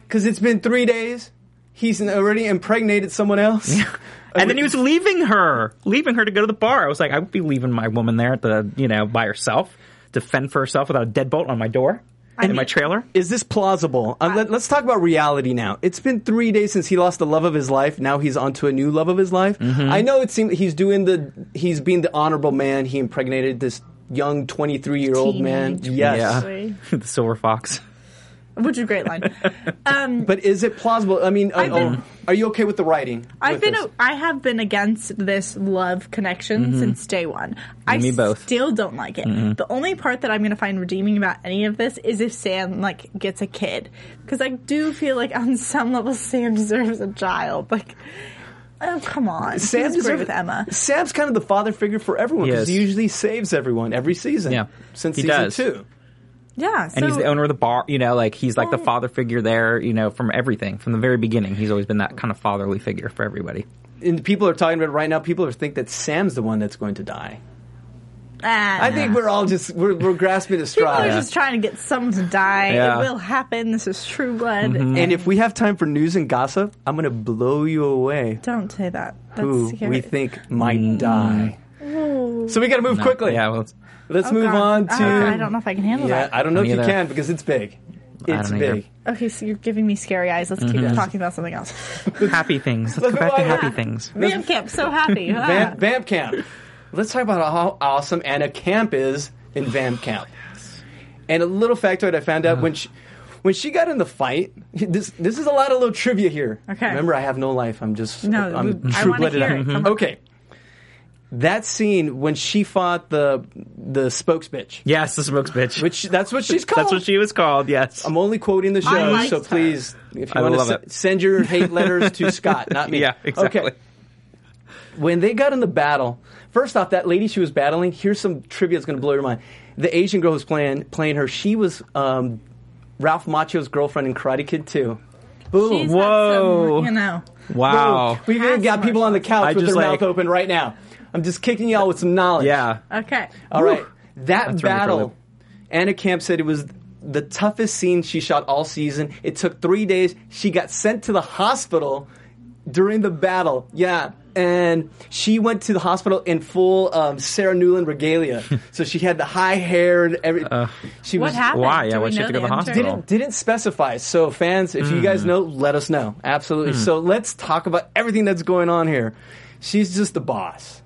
[SPEAKER 2] because it's been three days. He's already impregnated someone else.
[SPEAKER 3] And then he was leaving her, leaving her to go to the bar. I was like, I would be leaving my woman there at the, you know, by herself to fend for herself without a deadbolt on my door in my trailer.
[SPEAKER 2] Is this plausible? Um, let, us talk about reality now. It's been three days since he lost the love of his life. Now he's onto a new love of his life.
[SPEAKER 4] Mm-hmm.
[SPEAKER 2] I know it seems he's doing the he's being the honorable man. He impregnated this young twenty three year old man.
[SPEAKER 4] Teenage
[SPEAKER 2] Yes,
[SPEAKER 3] Uh,
[SPEAKER 4] Sweet.
[SPEAKER 3] the silver fox.
[SPEAKER 4] Which is a great line. Um,
[SPEAKER 2] but is it plausible? I mean, uh,
[SPEAKER 4] I've been-
[SPEAKER 2] oh, are you okay with the writing?
[SPEAKER 4] I've
[SPEAKER 2] with
[SPEAKER 4] been
[SPEAKER 2] this? Mm-hmm.
[SPEAKER 4] a, I have been against this love connection since day one. I
[SPEAKER 3] me both.
[SPEAKER 4] still don't like it. The only part that I'm going to find redeeming about any of this is if Sam like gets a kid because I do feel like on some level Sam deserves a child. Like, oh come on, Sam
[SPEAKER 2] Sam's
[SPEAKER 4] deserves great with Emma.
[SPEAKER 2] Sam's kind of the father figure for everyone
[SPEAKER 3] He
[SPEAKER 2] because
[SPEAKER 3] is.
[SPEAKER 2] he usually saves everyone every season.
[SPEAKER 3] Yeah.
[SPEAKER 2] since
[SPEAKER 3] He
[SPEAKER 2] season
[SPEAKER 3] does.
[SPEAKER 2] two.
[SPEAKER 4] Yeah, so
[SPEAKER 3] And he's the owner of the bar, you know, like he's like the
[SPEAKER 4] Well-
[SPEAKER 3] father figure there, you know, from everything, from the very beginning. He's always been that kind of fatherly figure for everybody.
[SPEAKER 2] And people are talking about it right now. People are think that Sam's the one that's going to die.
[SPEAKER 4] Ah,
[SPEAKER 2] I think we're all just we're, we're grasping at
[SPEAKER 4] people are
[SPEAKER 2] straws.
[SPEAKER 4] just trying to get someone to die.
[SPEAKER 3] Yeah.
[SPEAKER 4] It will happen. This is True Blood.
[SPEAKER 2] And if we have time for news and gossip, I'm going to blow you away.
[SPEAKER 4] Don't say that. That's
[SPEAKER 2] Who
[SPEAKER 4] scary.
[SPEAKER 2] we think might die. So we got to move quickly.
[SPEAKER 3] Mm. Yeah, well, it's-
[SPEAKER 2] Let's
[SPEAKER 4] Oh,
[SPEAKER 2] move
[SPEAKER 4] God.
[SPEAKER 2] on to.
[SPEAKER 4] Ah, I don't know if I can handle
[SPEAKER 2] Yeah,
[SPEAKER 4] that.
[SPEAKER 2] I don't know if you
[SPEAKER 3] Neither.
[SPEAKER 2] can because it's big.
[SPEAKER 3] I
[SPEAKER 2] It's
[SPEAKER 3] don't either.
[SPEAKER 2] big.
[SPEAKER 4] Okay, so you're giving me scary eyes. Let's keep
[SPEAKER 3] Mm-hmm.
[SPEAKER 4] talking about something else.
[SPEAKER 3] happy things. Let's go back to happy things.
[SPEAKER 4] Vamp camp, so happy. Ah.
[SPEAKER 2] Vamp, Vamp Camp. Let's talk about how awesome
[SPEAKER 4] Oh, Uh-huh.
[SPEAKER 2] Anna Camp is in Vamp Camp. And a little factoid I found out when she, when she got in the fight, this this is a lot of little trivia here.
[SPEAKER 4] Okay.
[SPEAKER 2] Remember, I have no life. I'm just
[SPEAKER 4] No,
[SPEAKER 2] I'm
[SPEAKER 4] we- I
[SPEAKER 2] true
[SPEAKER 4] wanna
[SPEAKER 2] blooded.
[SPEAKER 4] hear it. Come on.
[SPEAKER 2] Okay. That scene when she fought the the spokes bitch,
[SPEAKER 3] Yes, the smokes bitch.
[SPEAKER 2] which that's what she's called.
[SPEAKER 3] That's what she was called. Yes.
[SPEAKER 2] I'm only quoting the
[SPEAKER 4] I
[SPEAKER 2] show,
[SPEAKER 4] liked
[SPEAKER 2] so
[SPEAKER 4] her.
[SPEAKER 2] please, if you
[SPEAKER 3] I
[SPEAKER 2] want
[SPEAKER 3] love
[SPEAKER 2] to
[SPEAKER 3] it.
[SPEAKER 2] send your hate letters to Scott, not me.
[SPEAKER 3] yeah. Exactly.
[SPEAKER 2] Okay. When they got in the battle, first off, that lady she was battling. Here's some trivia that's going to blow your mind. The Asian girl who's playing playing her, she was um, Ralph Macchio's girlfriend in Karate Kid 2. Boom!
[SPEAKER 4] She's
[SPEAKER 2] Boom.
[SPEAKER 3] Whoa.
[SPEAKER 4] Had some, you know.
[SPEAKER 3] Wow.
[SPEAKER 2] We've even got people on the couch
[SPEAKER 3] I
[SPEAKER 2] with their
[SPEAKER 3] just, like-
[SPEAKER 2] mouth open right now. I'm just kicking y'all with some knowledge.
[SPEAKER 3] Yeah.
[SPEAKER 4] Okay.
[SPEAKER 2] All right. That
[SPEAKER 3] That's really
[SPEAKER 2] battle,
[SPEAKER 3] brilliant.
[SPEAKER 2] Anna Camp said it was the toughest scene she shot all season. It took three days. She got sent to the hospital during the battle. Yeah. And she went to the hospital in full um, Sarah Newland regalia. so she had the high hair and everything.
[SPEAKER 3] Uh,
[SPEAKER 2] she
[SPEAKER 4] What
[SPEAKER 2] was,
[SPEAKER 4] happened?
[SPEAKER 3] Why?
[SPEAKER 4] Do
[SPEAKER 3] Yeah,
[SPEAKER 4] we
[SPEAKER 3] why'd she
[SPEAKER 4] know
[SPEAKER 3] have to go to the
[SPEAKER 4] answer?
[SPEAKER 3] hospital?
[SPEAKER 2] Didn't didn't specify. So fans, if you
[SPEAKER 3] Hmm.
[SPEAKER 2] guys know, let us know. Absolutely. So let's talk about everything that's going on here. She's just the boss.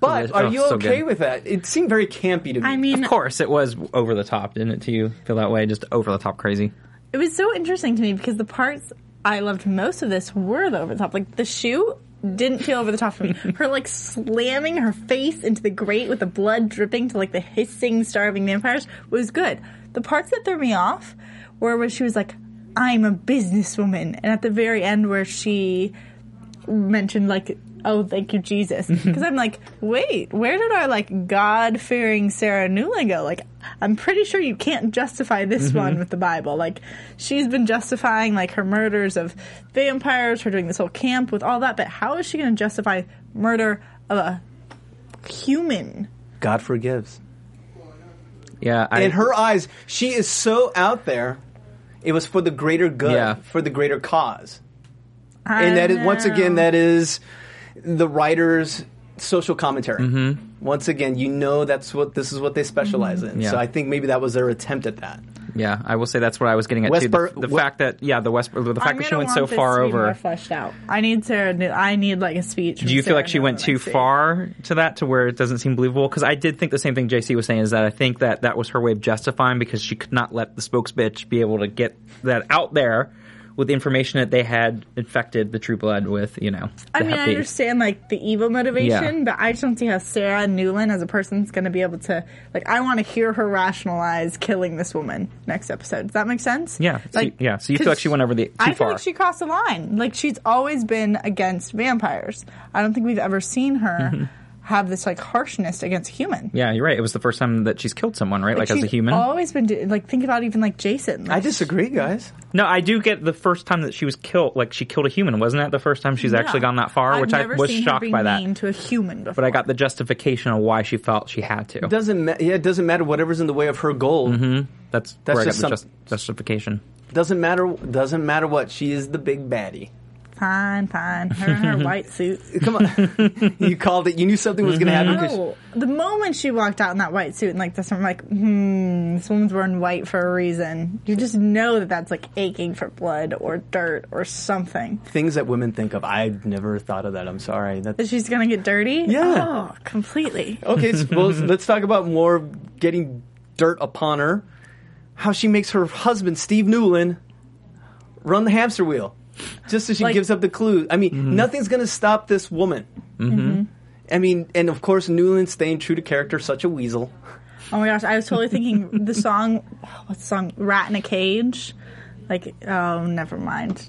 [SPEAKER 2] But
[SPEAKER 3] Delicious.
[SPEAKER 2] are
[SPEAKER 3] Oh,
[SPEAKER 2] you
[SPEAKER 3] so
[SPEAKER 2] okay
[SPEAKER 3] good.
[SPEAKER 2] with that? It seemed very campy to me.
[SPEAKER 4] I mean,
[SPEAKER 3] Of course, it was over the top, didn't it? To you feel that way? Just over the top, crazy.
[SPEAKER 4] it was so interesting to me because the parts I loved most of this were the over the top. Like the shoe didn't feel over the top for me. her like slamming her face into the grate with the blood dripping to like the hissing, starving vampires was good. The parts that threw me off were where she was like, "I'm a businesswoman," and at the very end where she mentioned like oh thank you jesus because i'm like wait where did our like god-fearing sarah newland go like i'm pretty sure you can't justify this
[SPEAKER 3] Mm-hmm.
[SPEAKER 4] one with the bible like she's been justifying like her murders of vampires her doing this whole camp with all that but how is she going to justify murder of a human
[SPEAKER 2] God forgives.
[SPEAKER 3] Yeah. I,
[SPEAKER 2] In her eyes, she is so out there. It was for the greater good,
[SPEAKER 3] Yeah.
[SPEAKER 2] for the greater cause.
[SPEAKER 4] I
[SPEAKER 2] And that is once
[SPEAKER 4] know.
[SPEAKER 2] again that is the writer's social commentary.
[SPEAKER 3] Mm-hmm.
[SPEAKER 2] Once again, you know that's what this is what they specialize
[SPEAKER 4] Mm-hmm.
[SPEAKER 2] in.
[SPEAKER 3] Yeah.
[SPEAKER 2] So I think maybe that was their attempt at that.
[SPEAKER 3] Yeah, I will say that's what I was getting at
[SPEAKER 2] Westboro-
[SPEAKER 3] too. The, the
[SPEAKER 2] we-
[SPEAKER 3] fact that yeah, the West, the fact
[SPEAKER 4] I'm
[SPEAKER 3] that she
[SPEAKER 4] gonna
[SPEAKER 3] went so
[SPEAKER 4] want this
[SPEAKER 3] far
[SPEAKER 4] to be more
[SPEAKER 3] over.
[SPEAKER 4] fleshed out i need sarah New- i need like a speech
[SPEAKER 3] Do you feel like she went too far to that to where it doesn't seem believable? Because I did think the same thing JC was saying is that I think that that was her way of justifying because she could not let the spokes bitch be able to get that out there with the information that they had infected the True Blood with. You know,
[SPEAKER 4] I
[SPEAKER 3] the
[SPEAKER 4] mean,
[SPEAKER 3] Hep
[SPEAKER 4] I
[SPEAKER 3] B.
[SPEAKER 4] understand like the evil motivation, but I just don't see how Sarah Newland as a person's going to be able to like. I want to hear her rationalize killing this woman next episode. Does that make sense?
[SPEAKER 3] Yeah, so- yeah, so you feel
[SPEAKER 4] 'cause
[SPEAKER 3] like she went over the- too
[SPEAKER 4] I feel
[SPEAKER 3] far.
[SPEAKER 4] like she crossed the line. Like she's always been against vampires. I don't think we've ever seen her have this like harshness against human.
[SPEAKER 3] Mm-hmm. Yeah, you're right. It was the first time that she's killed someone, right? Like, as a
[SPEAKER 4] she's
[SPEAKER 3] human.
[SPEAKER 4] always been do- like think about even like Jason.
[SPEAKER 2] I
[SPEAKER 4] Like,
[SPEAKER 2] disagree, guys.
[SPEAKER 3] No, I do get the first time that she was killed. Like she killed a human, wasn't that the first time she's actually
[SPEAKER 4] yeah.
[SPEAKER 3] gone that far?
[SPEAKER 4] I've
[SPEAKER 3] which
[SPEAKER 4] never
[SPEAKER 3] I was
[SPEAKER 4] seen her
[SPEAKER 3] shocked
[SPEAKER 4] be
[SPEAKER 3] by that.
[SPEAKER 4] mean to a human before.
[SPEAKER 3] but I got the justification of why she felt she had to.
[SPEAKER 2] Doesn't ma- yeah, it doesn't matter whatever's in the way of her goal.
[SPEAKER 3] that's
[SPEAKER 2] That's
[SPEAKER 3] where I got
[SPEAKER 2] just
[SPEAKER 3] the
[SPEAKER 2] some-
[SPEAKER 3] just, justification.
[SPEAKER 2] Doesn't matter doesn't matter what. She is the big baddie.
[SPEAKER 4] fine, fine. Her and her white suit.
[SPEAKER 2] Come on. you called it. You knew something was going to happen. 'cause-
[SPEAKER 4] No, Oh, the moment she walked out in that white suit and like this, I'm like, hmm, this woman's wearing white for a reason. You just know that that's like aching for blood or dirt or something.
[SPEAKER 2] Things that women think of. I've never thought of that. I'm sorry. That's
[SPEAKER 4] That she's gonna get dirty.
[SPEAKER 2] Yeah.
[SPEAKER 4] oh, completely.
[SPEAKER 2] Okay, so well, let's talk about more getting dirt upon her. How she makes her husband, Steve Newland, run the hamster wheel just as she
[SPEAKER 4] Like-
[SPEAKER 2] gives up the clue. I mean, nothing's going to stop this woman. Mm-hmm.
[SPEAKER 4] Mm-hmm.
[SPEAKER 2] I mean, and of course, Newland staying true to character, such a weasel.
[SPEAKER 4] Oh my gosh, I was totally thinking the song. What's the song? Rat in a cage. Like, oh, never mind.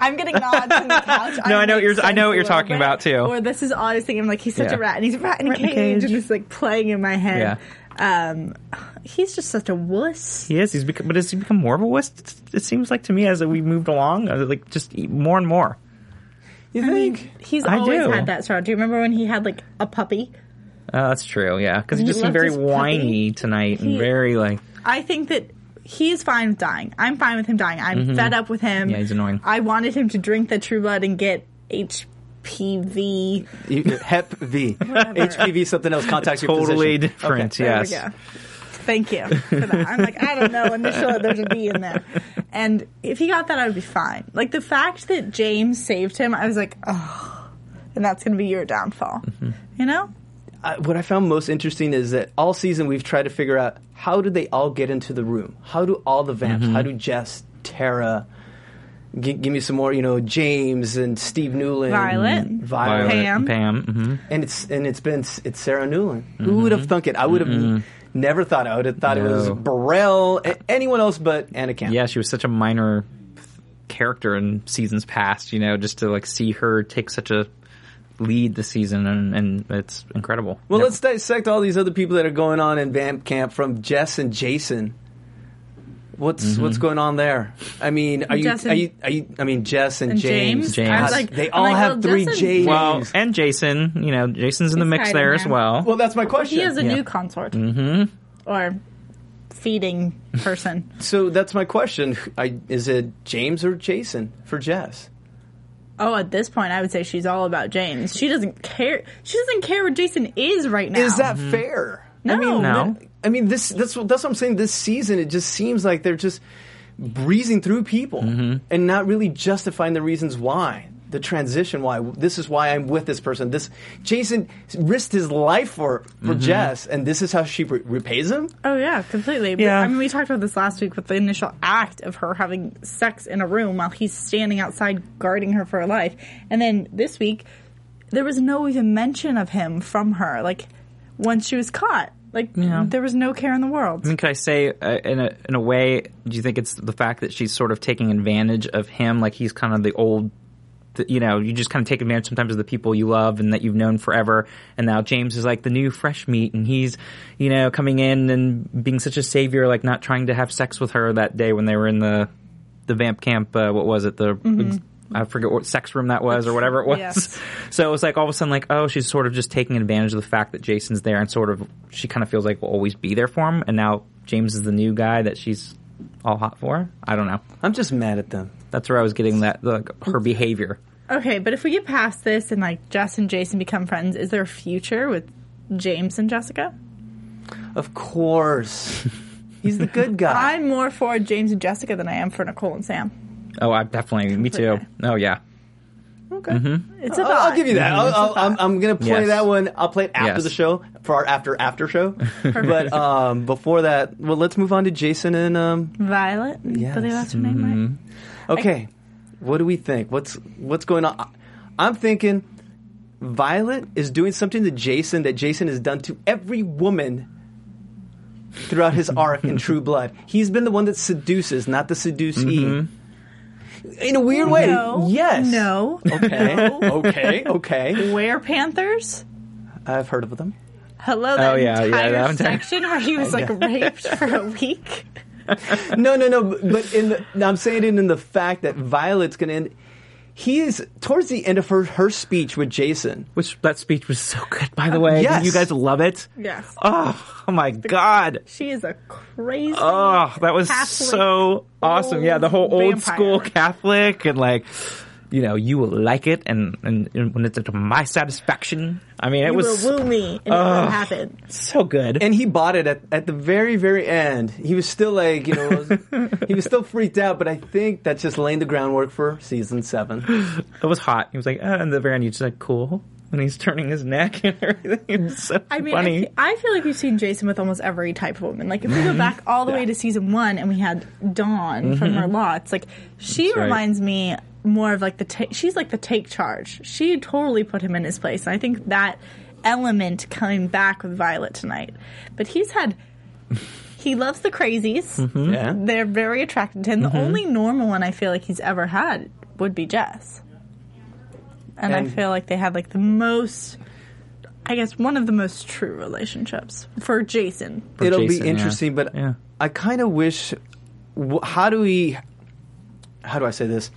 [SPEAKER 4] I'm getting nods from the couch.
[SPEAKER 3] No, I know what
[SPEAKER 4] make
[SPEAKER 3] you're- I know what you're
[SPEAKER 4] sense a little
[SPEAKER 3] talking about, too.
[SPEAKER 4] Or this is all I was thinking. I'm like, he's such
[SPEAKER 3] Yeah.
[SPEAKER 4] a rat, and he's a rat in a
[SPEAKER 3] in a
[SPEAKER 4] cage,
[SPEAKER 3] cage.
[SPEAKER 4] and it's like playing in my head. Um, he's just such a wuss.
[SPEAKER 3] He is. He's become, but has he become more of a wuss? It's- It seems like to me as we moved along, uh, like just e- more and more.
[SPEAKER 2] You think?
[SPEAKER 4] He's
[SPEAKER 3] I
[SPEAKER 4] always
[SPEAKER 3] do.
[SPEAKER 4] had that sorrow. Do you remember when he had like a puppy?
[SPEAKER 3] Uh, that's true. Yeah, because he
[SPEAKER 4] He
[SPEAKER 3] just seemed
[SPEAKER 4] loved
[SPEAKER 3] very
[SPEAKER 4] his puppy.
[SPEAKER 3] whiny tonight
[SPEAKER 4] He-
[SPEAKER 3] and very like.
[SPEAKER 4] I think that he's fine with dying. I'm fine with him dying. I'm fed up with him.
[SPEAKER 3] Mm-hmm. Yeah, he's annoying.
[SPEAKER 4] I wanted him to drink the true blood and get HPV.
[SPEAKER 2] You- Hep V. HPV, something else, contacts your physician.
[SPEAKER 3] Totally different.
[SPEAKER 2] Okay.
[SPEAKER 3] Yes.
[SPEAKER 4] There we go. Thank you for that. I'm like, I don't know. Initial, there's a B in there. And if he got that, I would be fine. Like the fact that
[SPEAKER 3] Mm-hmm.
[SPEAKER 4] James saved him, I was like, oh, and that's going to be your downfall. You know?
[SPEAKER 2] I, what I found most interesting is that all season we've tried to figure out how did they all get into the room? How do all the vamps? How do Jess, Tara? G- give me some more, you know, James and Steve Newland,
[SPEAKER 4] Violet.
[SPEAKER 2] Violet,
[SPEAKER 4] Pam.
[SPEAKER 3] Uh, Pam. hmm
[SPEAKER 2] and it's and it's been it's Sarah Newland. Who would have thunk it? I would have never thought. I would have thought it was
[SPEAKER 3] No.
[SPEAKER 2] Burrell, a- anyone else but Anna Camp.
[SPEAKER 3] Yeah, she was such a minor character in seasons past. You know, just to like see her take such a lead this season, and, and it's incredible.
[SPEAKER 2] Well,
[SPEAKER 3] Yeah.
[SPEAKER 2] let's dissect all these other people that are going on in Vamp Camp from Jess and Jason. What's what's going on there? I mean, are you,
[SPEAKER 4] Jess
[SPEAKER 2] are
[SPEAKER 4] and-
[SPEAKER 2] you are you I mean Jess and,
[SPEAKER 4] And
[SPEAKER 2] James?
[SPEAKER 4] James.
[SPEAKER 3] James.
[SPEAKER 4] I was
[SPEAKER 3] God,
[SPEAKER 4] like,
[SPEAKER 2] they
[SPEAKER 4] I'm
[SPEAKER 2] all
[SPEAKER 4] like,
[SPEAKER 2] have
[SPEAKER 4] well,
[SPEAKER 2] three
[SPEAKER 4] doesn't-
[SPEAKER 2] J's.
[SPEAKER 3] Well, and Jason, you know, Jason's in the
[SPEAKER 4] He's
[SPEAKER 3] mix
[SPEAKER 4] hiding
[SPEAKER 3] there as
[SPEAKER 4] there.
[SPEAKER 3] well.
[SPEAKER 2] Well, that's my question.
[SPEAKER 4] He is a
[SPEAKER 3] Yeah. Mm-hmm.
[SPEAKER 4] new consort. Or feeding person.
[SPEAKER 2] so that's my question. I, is it James or Jason for Jess?
[SPEAKER 4] oh, at this point, I would say she's all about James. She doesn't care. She doesn't care what Jason is right now.
[SPEAKER 2] Is that fair? I
[SPEAKER 4] No.
[SPEAKER 2] mean,
[SPEAKER 3] No.
[SPEAKER 2] I mean this that's what that's what I'm saying. This season, it just seems like they're just breezing through people
[SPEAKER 3] Mm-hmm.
[SPEAKER 2] and not really justifying the reasons why the transition. Why this is why I'm with this person. This Jason risked his life for
[SPEAKER 3] Mm-hmm.
[SPEAKER 2] for Jess, and this is how she re- repays him.
[SPEAKER 4] Oh yeah, completely. But,
[SPEAKER 3] Yeah.
[SPEAKER 4] I mean, we talked about this last week with the initial act of her having sex in a room while he's standing outside guarding her for her life, and then this week there was no even mention of him from her. Like once she was caught, like there was no care in the world.
[SPEAKER 3] I mean, could I say uh, in a in a way? Do you think it's the fact that she's sort of taking advantage of him? Like he's kind of the old, th- you know, you just kind of take advantage sometimes of the people you love and that you've known forever. And now James is like the new fresh meat, and he's you know coming in and being such a savior, like not trying to have sex with her that day when they were in the the vamp camp. Uh, what was it? The I forget what sex room that was or whatever it was.
[SPEAKER 4] Yes.
[SPEAKER 3] So it was like all of a sudden, like, oh, she's sort of just taking advantage of the fact that Jason's there and sort of she kind of feels like will always be there for him. And now James is the new guy that she's all hot for. I don't know.
[SPEAKER 2] I'm just mad at them.
[SPEAKER 3] That's where I was getting that, like, her behavior.
[SPEAKER 4] Okay, but if we get past this and like Jess and Jason become friends, is there a future with James and Jessica?
[SPEAKER 2] Of course, he's the good guy.
[SPEAKER 4] I'm more for James and Jessica than I am for Nicole and Sam.
[SPEAKER 3] Oh, I definitely, me too. Oh, yeah.
[SPEAKER 2] okay.
[SPEAKER 4] It's a
[SPEAKER 2] I'll, I'll
[SPEAKER 4] thought.
[SPEAKER 2] give you that. I'll, I'll, I'm, I'm going to play
[SPEAKER 3] Yes.
[SPEAKER 2] that one. I'll play it after
[SPEAKER 3] Yes.
[SPEAKER 2] the show for our after after show. but um, before that, well, let's move on to Jason and um.
[SPEAKER 4] Violet.
[SPEAKER 2] Yes.
[SPEAKER 4] Did I that's her name right?
[SPEAKER 3] Mm-hmm.
[SPEAKER 2] Okay, what do we think? What's what's going on? I- I'm thinking Violet is doing something to Jason that Jason has done to every woman throughout his arc in True Blood. He's been the one that seduces, not the seducee. In a weird way,
[SPEAKER 4] No.
[SPEAKER 2] yes.
[SPEAKER 4] No.
[SPEAKER 2] Okay. Okay. Okay.
[SPEAKER 4] Were Panthers?
[SPEAKER 2] I've heard of them.
[SPEAKER 4] Hello, that
[SPEAKER 3] Oh, yeah, yeah,
[SPEAKER 4] entire
[SPEAKER 3] that entire-
[SPEAKER 4] section where he was like raped for a week.
[SPEAKER 2] No, no, no. But but in the, no, I'm saying it in the fact that Violet's going to end. He is towards the end of her, her speech with Jason.
[SPEAKER 3] Which, that speech was so good, by the way. Didn't
[SPEAKER 2] yes.
[SPEAKER 3] You guys love it?
[SPEAKER 4] Yes,
[SPEAKER 3] Oh, oh my God.
[SPEAKER 4] she is a crazy.
[SPEAKER 3] Oh, that was
[SPEAKER 4] Catholic
[SPEAKER 3] so awesome. Yeah, the whole old
[SPEAKER 4] vampire.
[SPEAKER 3] school Catholic and like, you know, you will like it and, and, and when it's to my satisfaction. I mean, it
[SPEAKER 4] you
[SPEAKER 3] was
[SPEAKER 4] will woo me, and it will happen.
[SPEAKER 3] so good.
[SPEAKER 2] And he bought it at, at the very, very end. He was still like, you know, he was still freaked out, but I think that's just laying the groundwork for season seven.
[SPEAKER 3] it was hot. He was like, uh, and the very end, you just like, cool. And he's turning his neck and everything. It was so
[SPEAKER 4] I mean, I,
[SPEAKER 3] funny.
[SPEAKER 4] fe- I feel like we've seen Jason with almost every type of woman. Like if we go back all the way to season one, and we had Dawn from her lots. Like she
[SPEAKER 3] Mm-hmm. right.
[SPEAKER 4] reminds me more of like the ta- she's like the take charge. She totally put him in his place, and I think that element coming back with Violet tonight. But he's had. He loves the crazies.
[SPEAKER 3] Mm-hmm.
[SPEAKER 2] Yeah.
[SPEAKER 4] They're very attracted to him. The only normal one I feel like he's ever had would be Jess. And, I
[SPEAKER 2] And-
[SPEAKER 4] feel like they had like the most, I guess, one of the most true relationships for Jason.
[SPEAKER 3] For
[SPEAKER 2] It'll
[SPEAKER 3] Jason,
[SPEAKER 2] be
[SPEAKER 3] yeah.
[SPEAKER 2] interesting, but
[SPEAKER 3] Yeah.
[SPEAKER 2] I kind of wish. wh- How do we? How do I say this?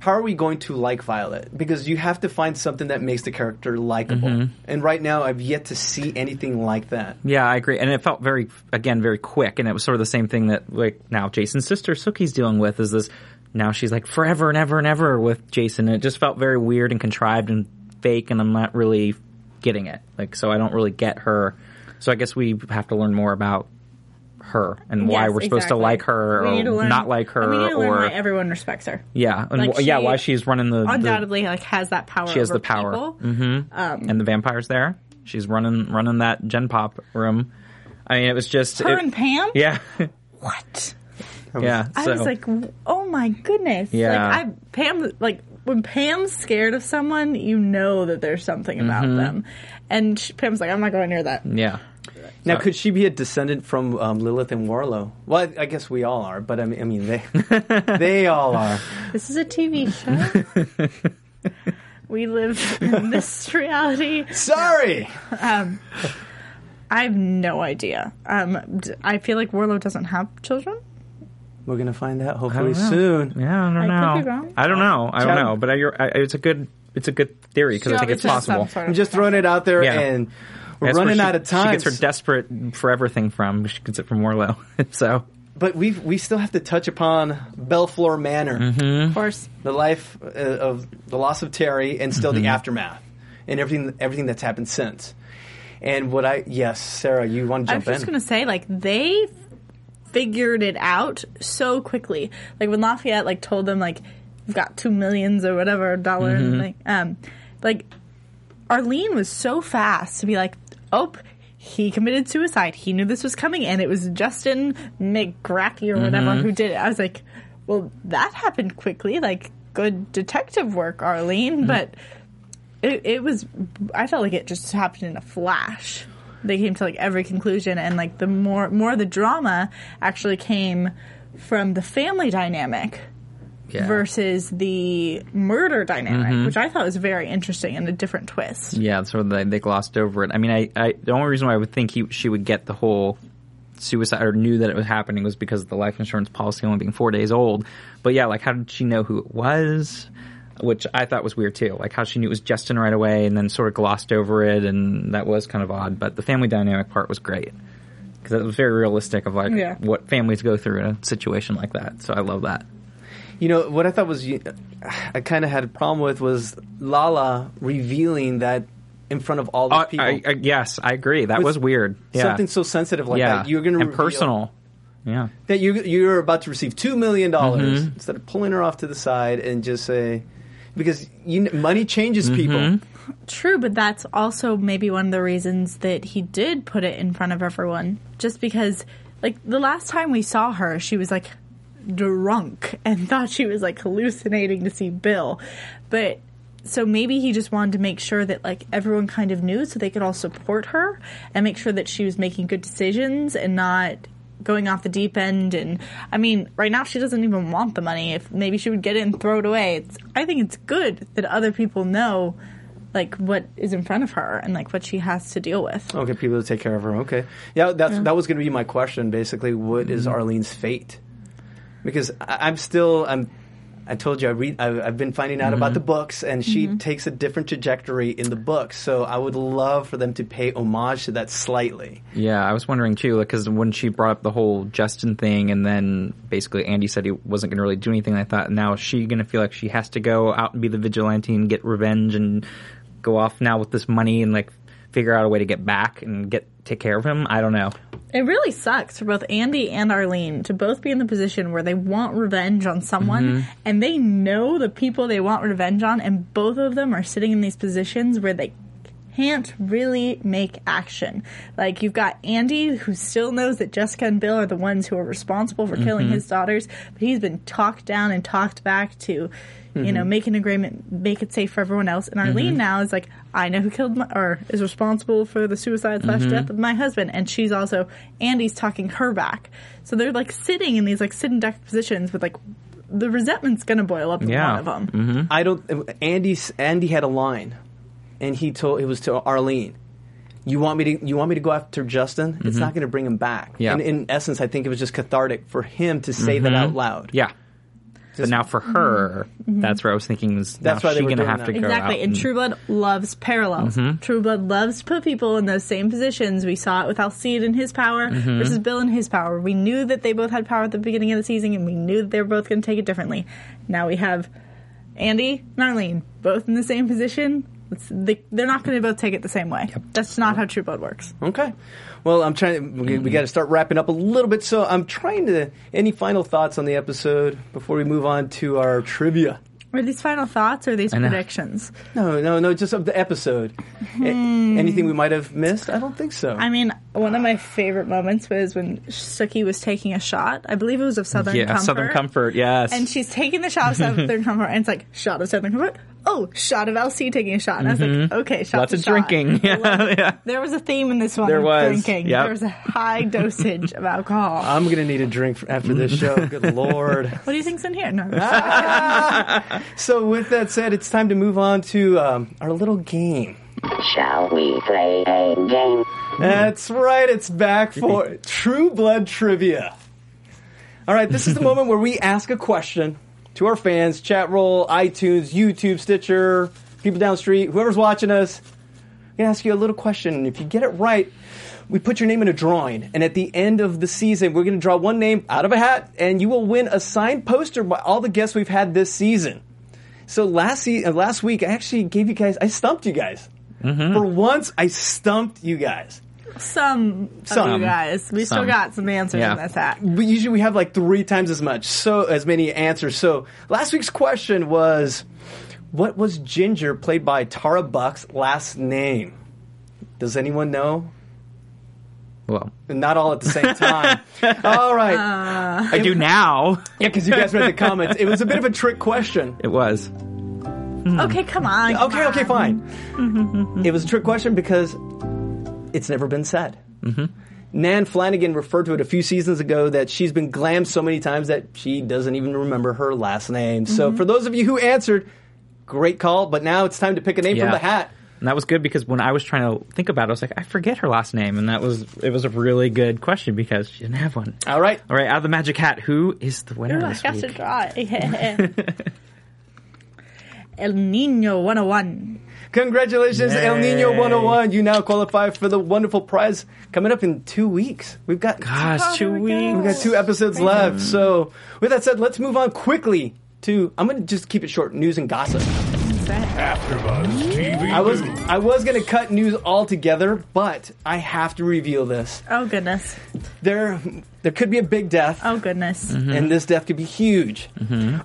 [SPEAKER 2] How are we going to like Violet? Because you have to find something that makes the character likable,
[SPEAKER 3] Mm-hmm.
[SPEAKER 2] and right now I've yet to see anything like that.
[SPEAKER 3] Yeah, I agree. And it felt very, again, very quick. And it was sort of the same thing that, like, now Jason's sister Sookie's dealing with is this, now she's like forever and ever and ever with Jason. And it just felt very weird and contrived and fake. And I'm not really getting it. Like, so I don't really get her. So I guess we have to learn more about her and why
[SPEAKER 4] Yes,
[SPEAKER 3] we're supposed to
[SPEAKER 4] exactly.
[SPEAKER 3] like her
[SPEAKER 4] We
[SPEAKER 3] or
[SPEAKER 4] need to learn-
[SPEAKER 3] not like her
[SPEAKER 4] and we need to learn
[SPEAKER 3] or
[SPEAKER 4] why everyone respects her.
[SPEAKER 3] yeah and
[SPEAKER 4] Like,
[SPEAKER 3] wh- yeah
[SPEAKER 4] she
[SPEAKER 3] why she's running the, the
[SPEAKER 4] Undoubtedly, like has that power.
[SPEAKER 3] She has
[SPEAKER 4] over
[SPEAKER 3] the power. Mm-hmm.
[SPEAKER 4] people.
[SPEAKER 3] and the vampires there She's running running that Gen Pop room. I mean, it was just
[SPEAKER 4] Her
[SPEAKER 3] it-
[SPEAKER 4] and Pam?
[SPEAKER 3] Yeah,
[SPEAKER 4] What?
[SPEAKER 3] yeah.
[SPEAKER 4] I
[SPEAKER 3] so
[SPEAKER 4] was like, w- oh my goodness.
[SPEAKER 3] Yeah.
[SPEAKER 4] Like, I, Pam, like, when Pam's scared of someone, you know that there's something about
[SPEAKER 3] Mm-hmm.
[SPEAKER 4] them. And sh Pam's like, I'm not going near that.
[SPEAKER 3] yeah, Uh,
[SPEAKER 2] Now, could she be a descendant from um, Lilith and Warlow? Well, I, I guess we all are, but I mean, I mean they they all are.
[SPEAKER 4] This is a TV show. we live in this reality.
[SPEAKER 2] Sorry.
[SPEAKER 4] I have no idea. Um, d- I feel like Warlow doesn't have children.
[SPEAKER 2] We're gonna find out hopefully
[SPEAKER 3] I don't know.
[SPEAKER 2] soon.
[SPEAKER 3] yeah. I don't know.
[SPEAKER 4] I could be wrong.
[SPEAKER 3] I don't know. I don't
[SPEAKER 2] Chad-
[SPEAKER 3] know. But I, you're, I, it's a good it's a good theory because I think it's
[SPEAKER 4] Obviously has some
[SPEAKER 3] possible.
[SPEAKER 4] sort
[SPEAKER 2] I'm
[SPEAKER 4] of-
[SPEAKER 2] just throwing it out there,
[SPEAKER 3] Yeah.
[SPEAKER 2] and we're
[SPEAKER 3] That's where
[SPEAKER 2] running
[SPEAKER 3] she-
[SPEAKER 2] out of time.
[SPEAKER 3] She gets her desperate forever thing from. She gets it from Warlow. so
[SPEAKER 2] but we we still have to touch upon Belflor Manor,
[SPEAKER 3] Mm-hmm.
[SPEAKER 4] of course.
[SPEAKER 2] the life uh, of the loss of Terry, and still
[SPEAKER 3] Mm-hmm.
[SPEAKER 2] the aftermath, and everything everything that's happened since. And what I yes, Sarah, you want to
[SPEAKER 4] I was
[SPEAKER 2] jump in?
[SPEAKER 4] just gonna say, like they figured it out so quickly. Like when Lafayette like told them like you've got two millions or whatever dollar,
[SPEAKER 2] Mm-hmm.
[SPEAKER 4] and like um, like Arlene was so fast to be like, oh. He committed suicide. He knew this was coming, and it was Justin McGracky or whatever
[SPEAKER 2] Mm-hmm.
[SPEAKER 4] who did it. I was like, "Well, that happened quickly. Like good detective work,
[SPEAKER 2] Mm-hmm.
[SPEAKER 4] Arlene." But it, it was i felt like it just happened in a flash they came to like every conclusion and like the more more of the drama actually came from the family dynamic
[SPEAKER 3] yeah,
[SPEAKER 4] versus the murder dynamic which i thought was very interesting and a different twist
[SPEAKER 3] yeah. So they, they glossed over it. I mean, I, I the only reason why I would think he she would get the whole suicide or knew that it was happening was because of the life insurance policy only being four days old. But yeah, like how did she know who it was? Which I thought was weird too. Like how she knew it was Justin right away and then sort of glossed over it, and that was kind of odd. But the family dynamic part was great. Because it was very realistic of like
[SPEAKER 4] Yeah.
[SPEAKER 3] what families go through in a situation like that. So I love that.
[SPEAKER 2] You know what I thought was I kind of had a problem with was Lala revealing that in front of all
[SPEAKER 3] Uh,
[SPEAKER 2] these people.
[SPEAKER 3] I, I, yes, I agree. That
[SPEAKER 2] With
[SPEAKER 3] was weird. Yeah.
[SPEAKER 2] Something so sensitive like
[SPEAKER 3] yeah,
[SPEAKER 2] that. You're going to
[SPEAKER 3] and personal. Yeah,
[SPEAKER 2] that you you're about to receive two million dollars instead of pulling her off to the side and just say because you kn- money changes people.
[SPEAKER 4] True, but that's also maybe one of the reasons that he did put it in front of everyone. Just because, like, the last time we saw her, she was like drunk and thought she was like hallucinating to see Bill. But so maybe he just wanted to make sure that like everyone kind of knew so they could all support her and make sure that she was making good decisions and not going off the deep end and I mean right now she doesn't even want the money if maybe she would get it and throw it away it's, I think it's good that other people know like what is in front of her and like what she has to deal with.
[SPEAKER 2] Okay, people to take care of her. Okay, yeah, that's that was going to be my question. Basically, what is Arlene's fate? Because I, I'm still I'm. I told you I read. I, I've been finding out about the books, and she takes a different trajectory in the books. So I would love for them to pay homage to that slightly.
[SPEAKER 3] yeah. I was wondering too, because when she brought up the whole Justin thing, and then basically Andy said he wasn't going to really do anything. I thought, now is she going to feel like she has to go out and be the vigilante and get revenge and go off now with this money and like figure out a way to get back and get take care of him? I don't know.
[SPEAKER 4] It really sucks for both Andy and Arlene to both be in the position where they want revenge on someone and they know the people they want revenge on and both of them are sitting in these positions where they can't really make action. Like you've got Andy who still knows that Jessica and Bill are the ones who are responsible for killing his daughters, but he's been talked down and talked back to, you know, make an agreement, make it safe for everyone else. And Arlene now is like, I know who killed my, or is responsible for the suicide slash death of my husband, and she's also Andy's talking her back. So they're like sitting in these like sit and duck positions with like. The resentment's gonna boil up in
[SPEAKER 3] Yeah.
[SPEAKER 4] one of them.
[SPEAKER 3] Mm-hmm.
[SPEAKER 2] I don't. Andy Andy had a line, and he told it was to Arlene. You want me to you want me to go after Justin? It's not going to bring him back.
[SPEAKER 3] Mm-hmm. Yeah.
[SPEAKER 2] And
[SPEAKER 3] Mm-hmm.
[SPEAKER 2] in essence, I think it was just cathartic for him to say that out loud.
[SPEAKER 3] Yeah. but now for her, that's where I was thinking is
[SPEAKER 2] Mm-hmm. That's
[SPEAKER 3] now
[SPEAKER 2] why they
[SPEAKER 3] she
[SPEAKER 2] were
[SPEAKER 3] going to
[SPEAKER 2] doing that.
[SPEAKER 3] have to go
[SPEAKER 4] Exactly.
[SPEAKER 3] out Mm-hmm.
[SPEAKER 4] And True Blood loves parallels. True Blood loves to put people in those same positions. We saw it with Alcide in his power
[SPEAKER 3] Mm-hmm.
[SPEAKER 4] versus Bill in his power. We knew that they both had power at the beginning of the season, and we knew that they were both going to take it differently. Now we have Andy and Arlene both in the same position. It's, they, they're not going to both take it the same way. That's not how True Blood works.
[SPEAKER 2] Okay. Well, I'm trying. We,
[SPEAKER 3] Mm-hmm.
[SPEAKER 2] we got to start wrapping up a little bit. So I'm trying to. Any final thoughts on the episode before we move on to our trivia?
[SPEAKER 4] Are these final thoughts or are these
[SPEAKER 3] know.
[SPEAKER 4] predictions?
[SPEAKER 2] No, no, no, just of the episode. A-
[SPEAKER 3] Hmm.
[SPEAKER 2] anything we might have missed? I don't think so.
[SPEAKER 4] I mean, one of my favorite moments was when Suki was taking a shot. I believe it was of Southern
[SPEAKER 3] yeah,
[SPEAKER 4] Comfort.
[SPEAKER 3] Southern Comfort. Yes,
[SPEAKER 4] And she's taking the shot of Southern Comfort, and it's like, shot of Southern Comfort? Oh, shot of LC taking a shot. And I was like, okay,
[SPEAKER 3] Mm-hmm.
[SPEAKER 4] shot
[SPEAKER 3] lots
[SPEAKER 4] to
[SPEAKER 3] of
[SPEAKER 4] shot.
[SPEAKER 3] drinking.
[SPEAKER 4] I love it.
[SPEAKER 3] yeah.
[SPEAKER 4] There was a theme in this one.
[SPEAKER 3] There
[SPEAKER 4] of
[SPEAKER 3] was,
[SPEAKER 4] Drinking.
[SPEAKER 3] yep. Uh,
[SPEAKER 4] There was a high dosage of alcohol.
[SPEAKER 2] I'm gonna need a drink for- after this show. Good lord.
[SPEAKER 4] what do you think's in here? No.
[SPEAKER 2] So, with that said, it's time to move on to um, our little game.
[SPEAKER 6] Shall we play a game?
[SPEAKER 2] That's right. It's back for True Blood Trivia. All right, this is the moment where we ask a question to our fans, chat roll, iTunes, YouTube, Stitcher, people down the street, whoever's watching us. We ask you a little question. and If you get it right, we put your name in a drawing, and at the end of the season, we're going to draw one name out of a hat, and you will win a signed poster by all the guests we've had this season. So last se- uh, last week, I actually gave you guys, I stumped you guys. For once, I stumped you guys.
[SPEAKER 4] Some, of
[SPEAKER 2] Some.
[SPEAKER 4] you guys. We still
[SPEAKER 3] Some.
[SPEAKER 4] got some answers
[SPEAKER 3] Yeah.
[SPEAKER 4] in this hat.
[SPEAKER 2] we usually we have like three times as much, so as many answers. So last week's question was, what was Ginger played by Tara Buck's last name? Does anyone know?
[SPEAKER 3] Well,
[SPEAKER 2] Not all at the same time. all right,
[SPEAKER 3] I do now.
[SPEAKER 2] yeah, because you guys read the comments. It was a bit of a trick question.
[SPEAKER 3] It was. Mm.
[SPEAKER 4] Okay, come on. come
[SPEAKER 2] Okay, okay,
[SPEAKER 4] on.
[SPEAKER 2] fine.
[SPEAKER 3] Mm-hmm.
[SPEAKER 2] it was a trick question because it's never been said.
[SPEAKER 3] Mm-hmm.
[SPEAKER 2] Nan Flanagan referred to it a few seasons ago that she's been glammed so many times that she doesn't even remember her last name.
[SPEAKER 3] Mm-hmm.
[SPEAKER 2] So for those of you who answered, great call, but now it's time to pick a name from
[SPEAKER 3] Yeah.
[SPEAKER 2] the hat.
[SPEAKER 3] And that was good because when I was trying to think about it, I was like, I forget her last name, and that was it was a really good question because she didn't have one.
[SPEAKER 2] All right.
[SPEAKER 3] All right, out of the magic hat, who is the winner
[SPEAKER 4] Ooh, I
[SPEAKER 3] this
[SPEAKER 4] got to
[SPEAKER 3] week?
[SPEAKER 4] draw it. El oh Nino 101.
[SPEAKER 2] Congratulations, El Nino 101. You now qualify for the wonderful prize coming up in two weeks. We've got
[SPEAKER 3] Gosh, two weeks.
[SPEAKER 2] We've got two episodes left. So, with that said, let's move on quickly to. I'm going to just keep it short news and gossip.
[SPEAKER 7] AfterBuzz TV.
[SPEAKER 2] I was
[SPEAKER 7] News.
[SPEAKER 2] I was gonna cut news altogether, but I have to reveal this.
[SPEAKER 4] Oh, goodness.
[SPEAKER 2] There there could be a big death,
[SPEAKER 4] Oh,
[SPEAKER 3] Mm.
[SPEAKER 4] goodness.
[SPEAKER 2] and this death could be huge.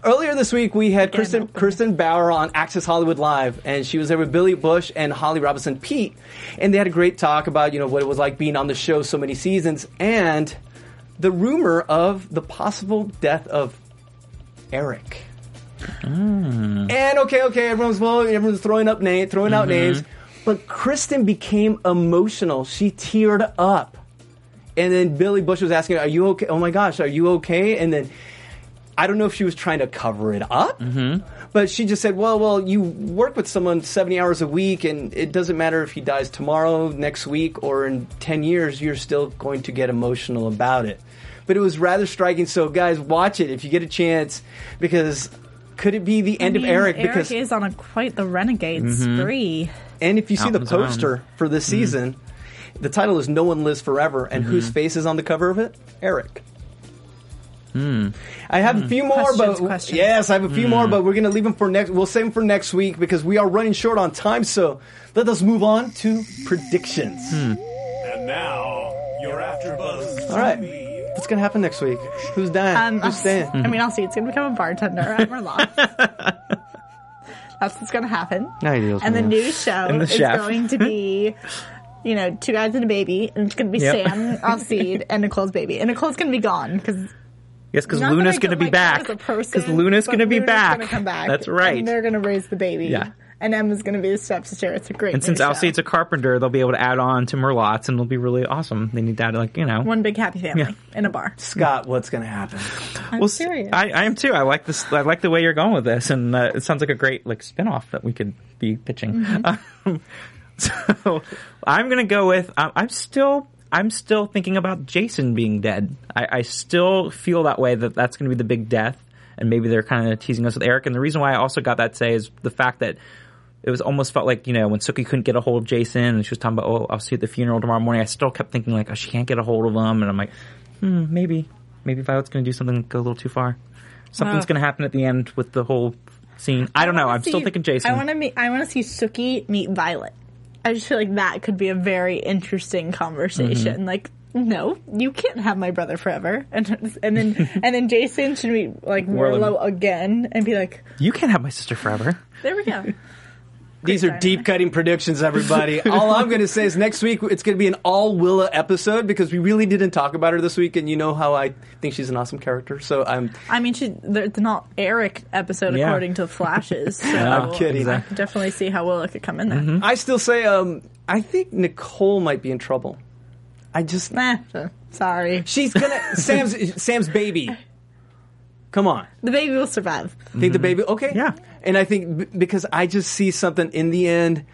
[SPEAKER 2] Earlier this week, we had Kristen
[SPEAKER 4] no.
[SPEAKER 2] Kristen Bauer on Access Hollywood Live, and she was there with Billy Bush and Holly Robinson Pete, and they had a great talk about you know what it was like being on the show so many seasons, and the rumor of the possible death of Eric. And okay, okay, everyone's well, everyone's throwing up name, throwing out names, but Kristen became emotional. She teared up, and then Billy Bush was asking, "Are you okay? Oh my gosh, are you okay?" And then I don't know if she was trying to cover it up, but she just said, "Well, well, you work with someone seventy hours a week, and it doesn't matter if he dies tomorrow, next week, or in ten years. You're still going to get emotional about it." But it was rather striking. So, guys, watch it if you get a chance, because could it be the end
[SPEAKER 4] I
[SPEAKER 2] of
[SPEAKER 4] mean,
[SPEAKER 2] Eric?
[SPEAKER 4] Eric
[SPEAKER 2] because
[SPEAKER 4] is on a quite the renegade
[SPEAKER 3] Mm-hmm.
[SPEAKER 4] spree.
[SPEAKER 2] and if you see
[SPEAKER 3] Out
[SPEAKER 2] the
[SPEAKER 3] and around.
[SPEAKER 2] poster for this season, the title is "No One Lives Forever," and whose face is on the cover of it? Eric. I have a few more,
[SPEAKER 4] Questions,
[SPEAKER 2] but
[SPEAKER 4] questions.
[SPEAKER 2] yes, I have a few more, but we're gonna leave them for next. We'll save them for next week because we are running short on time. So let us move on to predictions.
[SPEAKER 7] And now, your AfterBuzz.
[SPEAKER 2] All right, what's gonna happen next week? Who's dying?
[SPEAKER 4] Um, I'll
[SPEAKER 2] Who's
[SPEAKER 4] s-
[SPEAKER 2] staying?
[SPEAKER 4] I mean, I'll see. It's going to become a bartender and we're lost. That's what's going to happen.
[SPEAKER 2] he deals
[SPEAKER 4] and the
[SPEAKER 2] with it.
[SPEAKER 4] new show
[SPEAKER 3] And the
[SPEAKER 4] is
[SPEAKER 3] chef.
[SPEAKER 4] going to be, you know, two guys and a baby, and it's going to be
[SPEAKER 3] Yep.
[SPEAKER 4] Sam, Alcide, and Nicole's baby. And Nicole's going to be gone because
[SPEAKER 3] Yes, because Luna's going to be back.
[SPEAKER 4] Because
[SPEAKER 3] Luna's going to be back.
[SPEAKER 4] Gonna come back.
[SPEAKER 3] That's right.
[SPEAKER 4] And
[SPEAKER 3] And,
[SPEAKER 4] they're going to raise the baby.
[SPEAKER 3] Yeah.
[SPEAKER 4] And Emma's going to be the stepsister. It's a great. new
[SPEAKER 3] since
[SPEAKER 4] show.
[SPEAKER 3] Alcide's a carpenter, they'll be able to add on to Merlot's, and it'll be really awesome. They need that, like you know.
[SPEAKER 4] one big happy family
[SPEAKER 3] Yeah.
[SPEAKER 4] in a bar.
[SPEAKER 2] Scott, what's gonna happen?
[SPEAKER 4] I'm
[SPEAKER 3] Well, s-
[SPEAKER 4] serious.
[SPEAKER 3] I, I am too. I like this. I like the way you're going with this, and uh, it sounds like a great like spinoff that we could be pitching.
[SPEAKER 4] Mm-hmm.
[SPEAKER 3] Um, so I'm gonna go with. Um, I'm still. I'm still thinking about Jason being dead. I, I still feel that way that that's going to be the big death, and maybe they're kind of teasing us with Eric. And the reason why I also got that say is the fact that it was almost felt like you know when Suki couldn't get a hold of Jason, and she was talking about oh I'll see you at the funeral tomorrow morning. I still kept thinking like oh she can't get a hold of him, and I'm like hmm maybe maybe Violet's going to do something go a little too far. Something's
[SPEAKER 4] Oh.
[SPEAKER 3] going to happen at the end with the whole scene. I don't know.
[SPEAKER 4] wanna
[SPEAKER 3] I'm still
[SPEAKER 4] see-
[SPEAKER 3] thinking Jason.
[SPEAKER 4] I want to meet. I want to see
[SPEAKER 3] Mm-hmm.
[SPEAKER 4] Suki meet Violet. I just feel like that could be a very interesting conversation. Like no, you can't have my brother forever. And and then and then Jason should be like
[SPEAKER 3] Warlow.
[SPEAKER 4] Warlow again and be like,
[SPEAKER 3] You can't have my sister forever.
[SPEAKER 4] there we go.
[SPEAKER 2] These are
[SPEAKER 4] dynamic.
[SPEAKER 2] deep cutting predictions, everybody. all I'm going to say is next week it's going to be an all Willa episode because we really didn't talk about her this week, and you know how I think she's an awesome character. So I'm
[SPEAKER 4] I mean, she, there- it's not Eric episode
[SPEAKER 3] Yeah.
[SPEAKER 4] according to the flashes. So
[SPEAKER 3] Ah,
[SPEAKER 2] I'm kidding.
[SPEAKER 4] I can definitely see how Willow could come in there.
[SPEAKER 3] Mm-hmm.
[SPEAKER 2] I still say um, I think Nicole might be in trouble. I just
[SPEAKER 4] Nah, so- sorry.
[SPEAKER 2] she's gonna Sam's Sam's baby. Come on,
[SPEAKER 4] The baby will survive.
[SPEAKER 2] think the baby. Okay,
[SPEAKER 3] Yeah.
[SPEAKER 2] And I think b- because I just see something in the end.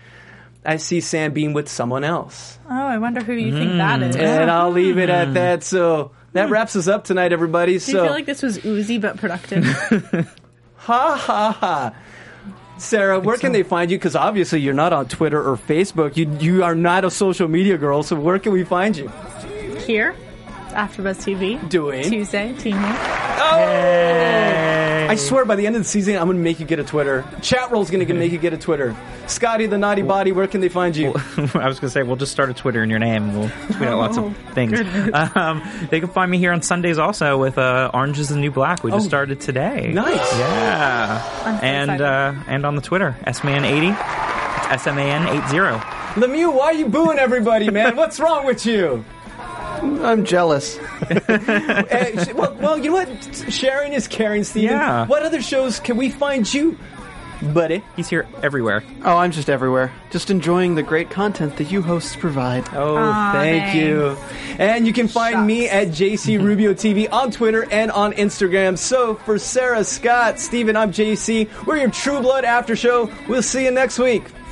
[SPEAKER 2] I see Sam being with someone else.
[SPEAKER 4] Oh, I wonder who you think that
[SPEAKER 3] Mm.
[SPEAKER 4] is.
[SPEAKER 2] And I'll leave it at that. So that wraps us up tonight, everybody.
[SPEAKER 4] Do
[SPEAKER 2] so
[SPEAKER 4] you feel like this was oozy but productive?
[SPEAKER 2] Ha ha ha. Sarah, where can they find you? Because obviously you're not on Twitter or Facebook. You you are not a social media girl. So where can we find you?
[SPEAKER 4] Here, AfterBuzz TV,
[SPEAKER 2] Doing.
[SPEAKER 4] Tuesday, Teen Wolf.
[SPEAKER 2] I swear, by the end of the season, I'm going to make you get a Twitter. Chat roll's going to make you get a Twitter. Scotty the Naughty Body, where can they find you?
[SPEAKER 3] I was going to say, we'll just start a Twitter in your name and we'll tweet out lots of
[SPEAKER 4] Oh,
[SPEAKER 3] things. Um, they can find me here on Sundays also with uh, Orange is the New Black. We just
[SPEAKER 2] Oh.
[SPEAKER 3] started today.
[SPEAKER 2] Nice.
[SPEAKER 3] Yeah.
[SPEAKER 4] so
[SPEAKER 3] and
[SPEAKER 4] excited.
[SPEAKER 3] uh, and on the Twitter, SMAN80. It's SMAN80.
[SPEAKER 2] Lemieux, why are you booing everybody, man? What's wrong with you?
[SPEAKER 5] I'm jealous.
[SPEAKER 2] Eh, sh- well, well, you know what? Sharing is caring, Steven.
[SPEAKER 3] Yeah.
[SPEAKER 2] What other shows can we find you, buddy?
[SPEAKER 3] He's here everywhere.
[SPEAKER 5] Oh, I'm just everywhere. Just enjoying the great content that you hosts provide.
[SPEAKER 2] Oh,
[SPEAKER 4] Aw,
[SPEAKER 2] thank
[SPEAKER 4] thanks.
[SPEAKER 2] you. And you can find me at JC Rubio TV on Twitter and on Instagram. So for Sarah Scott, Steven, I'm JC. We're your True Blood After Show. We'll see you next week.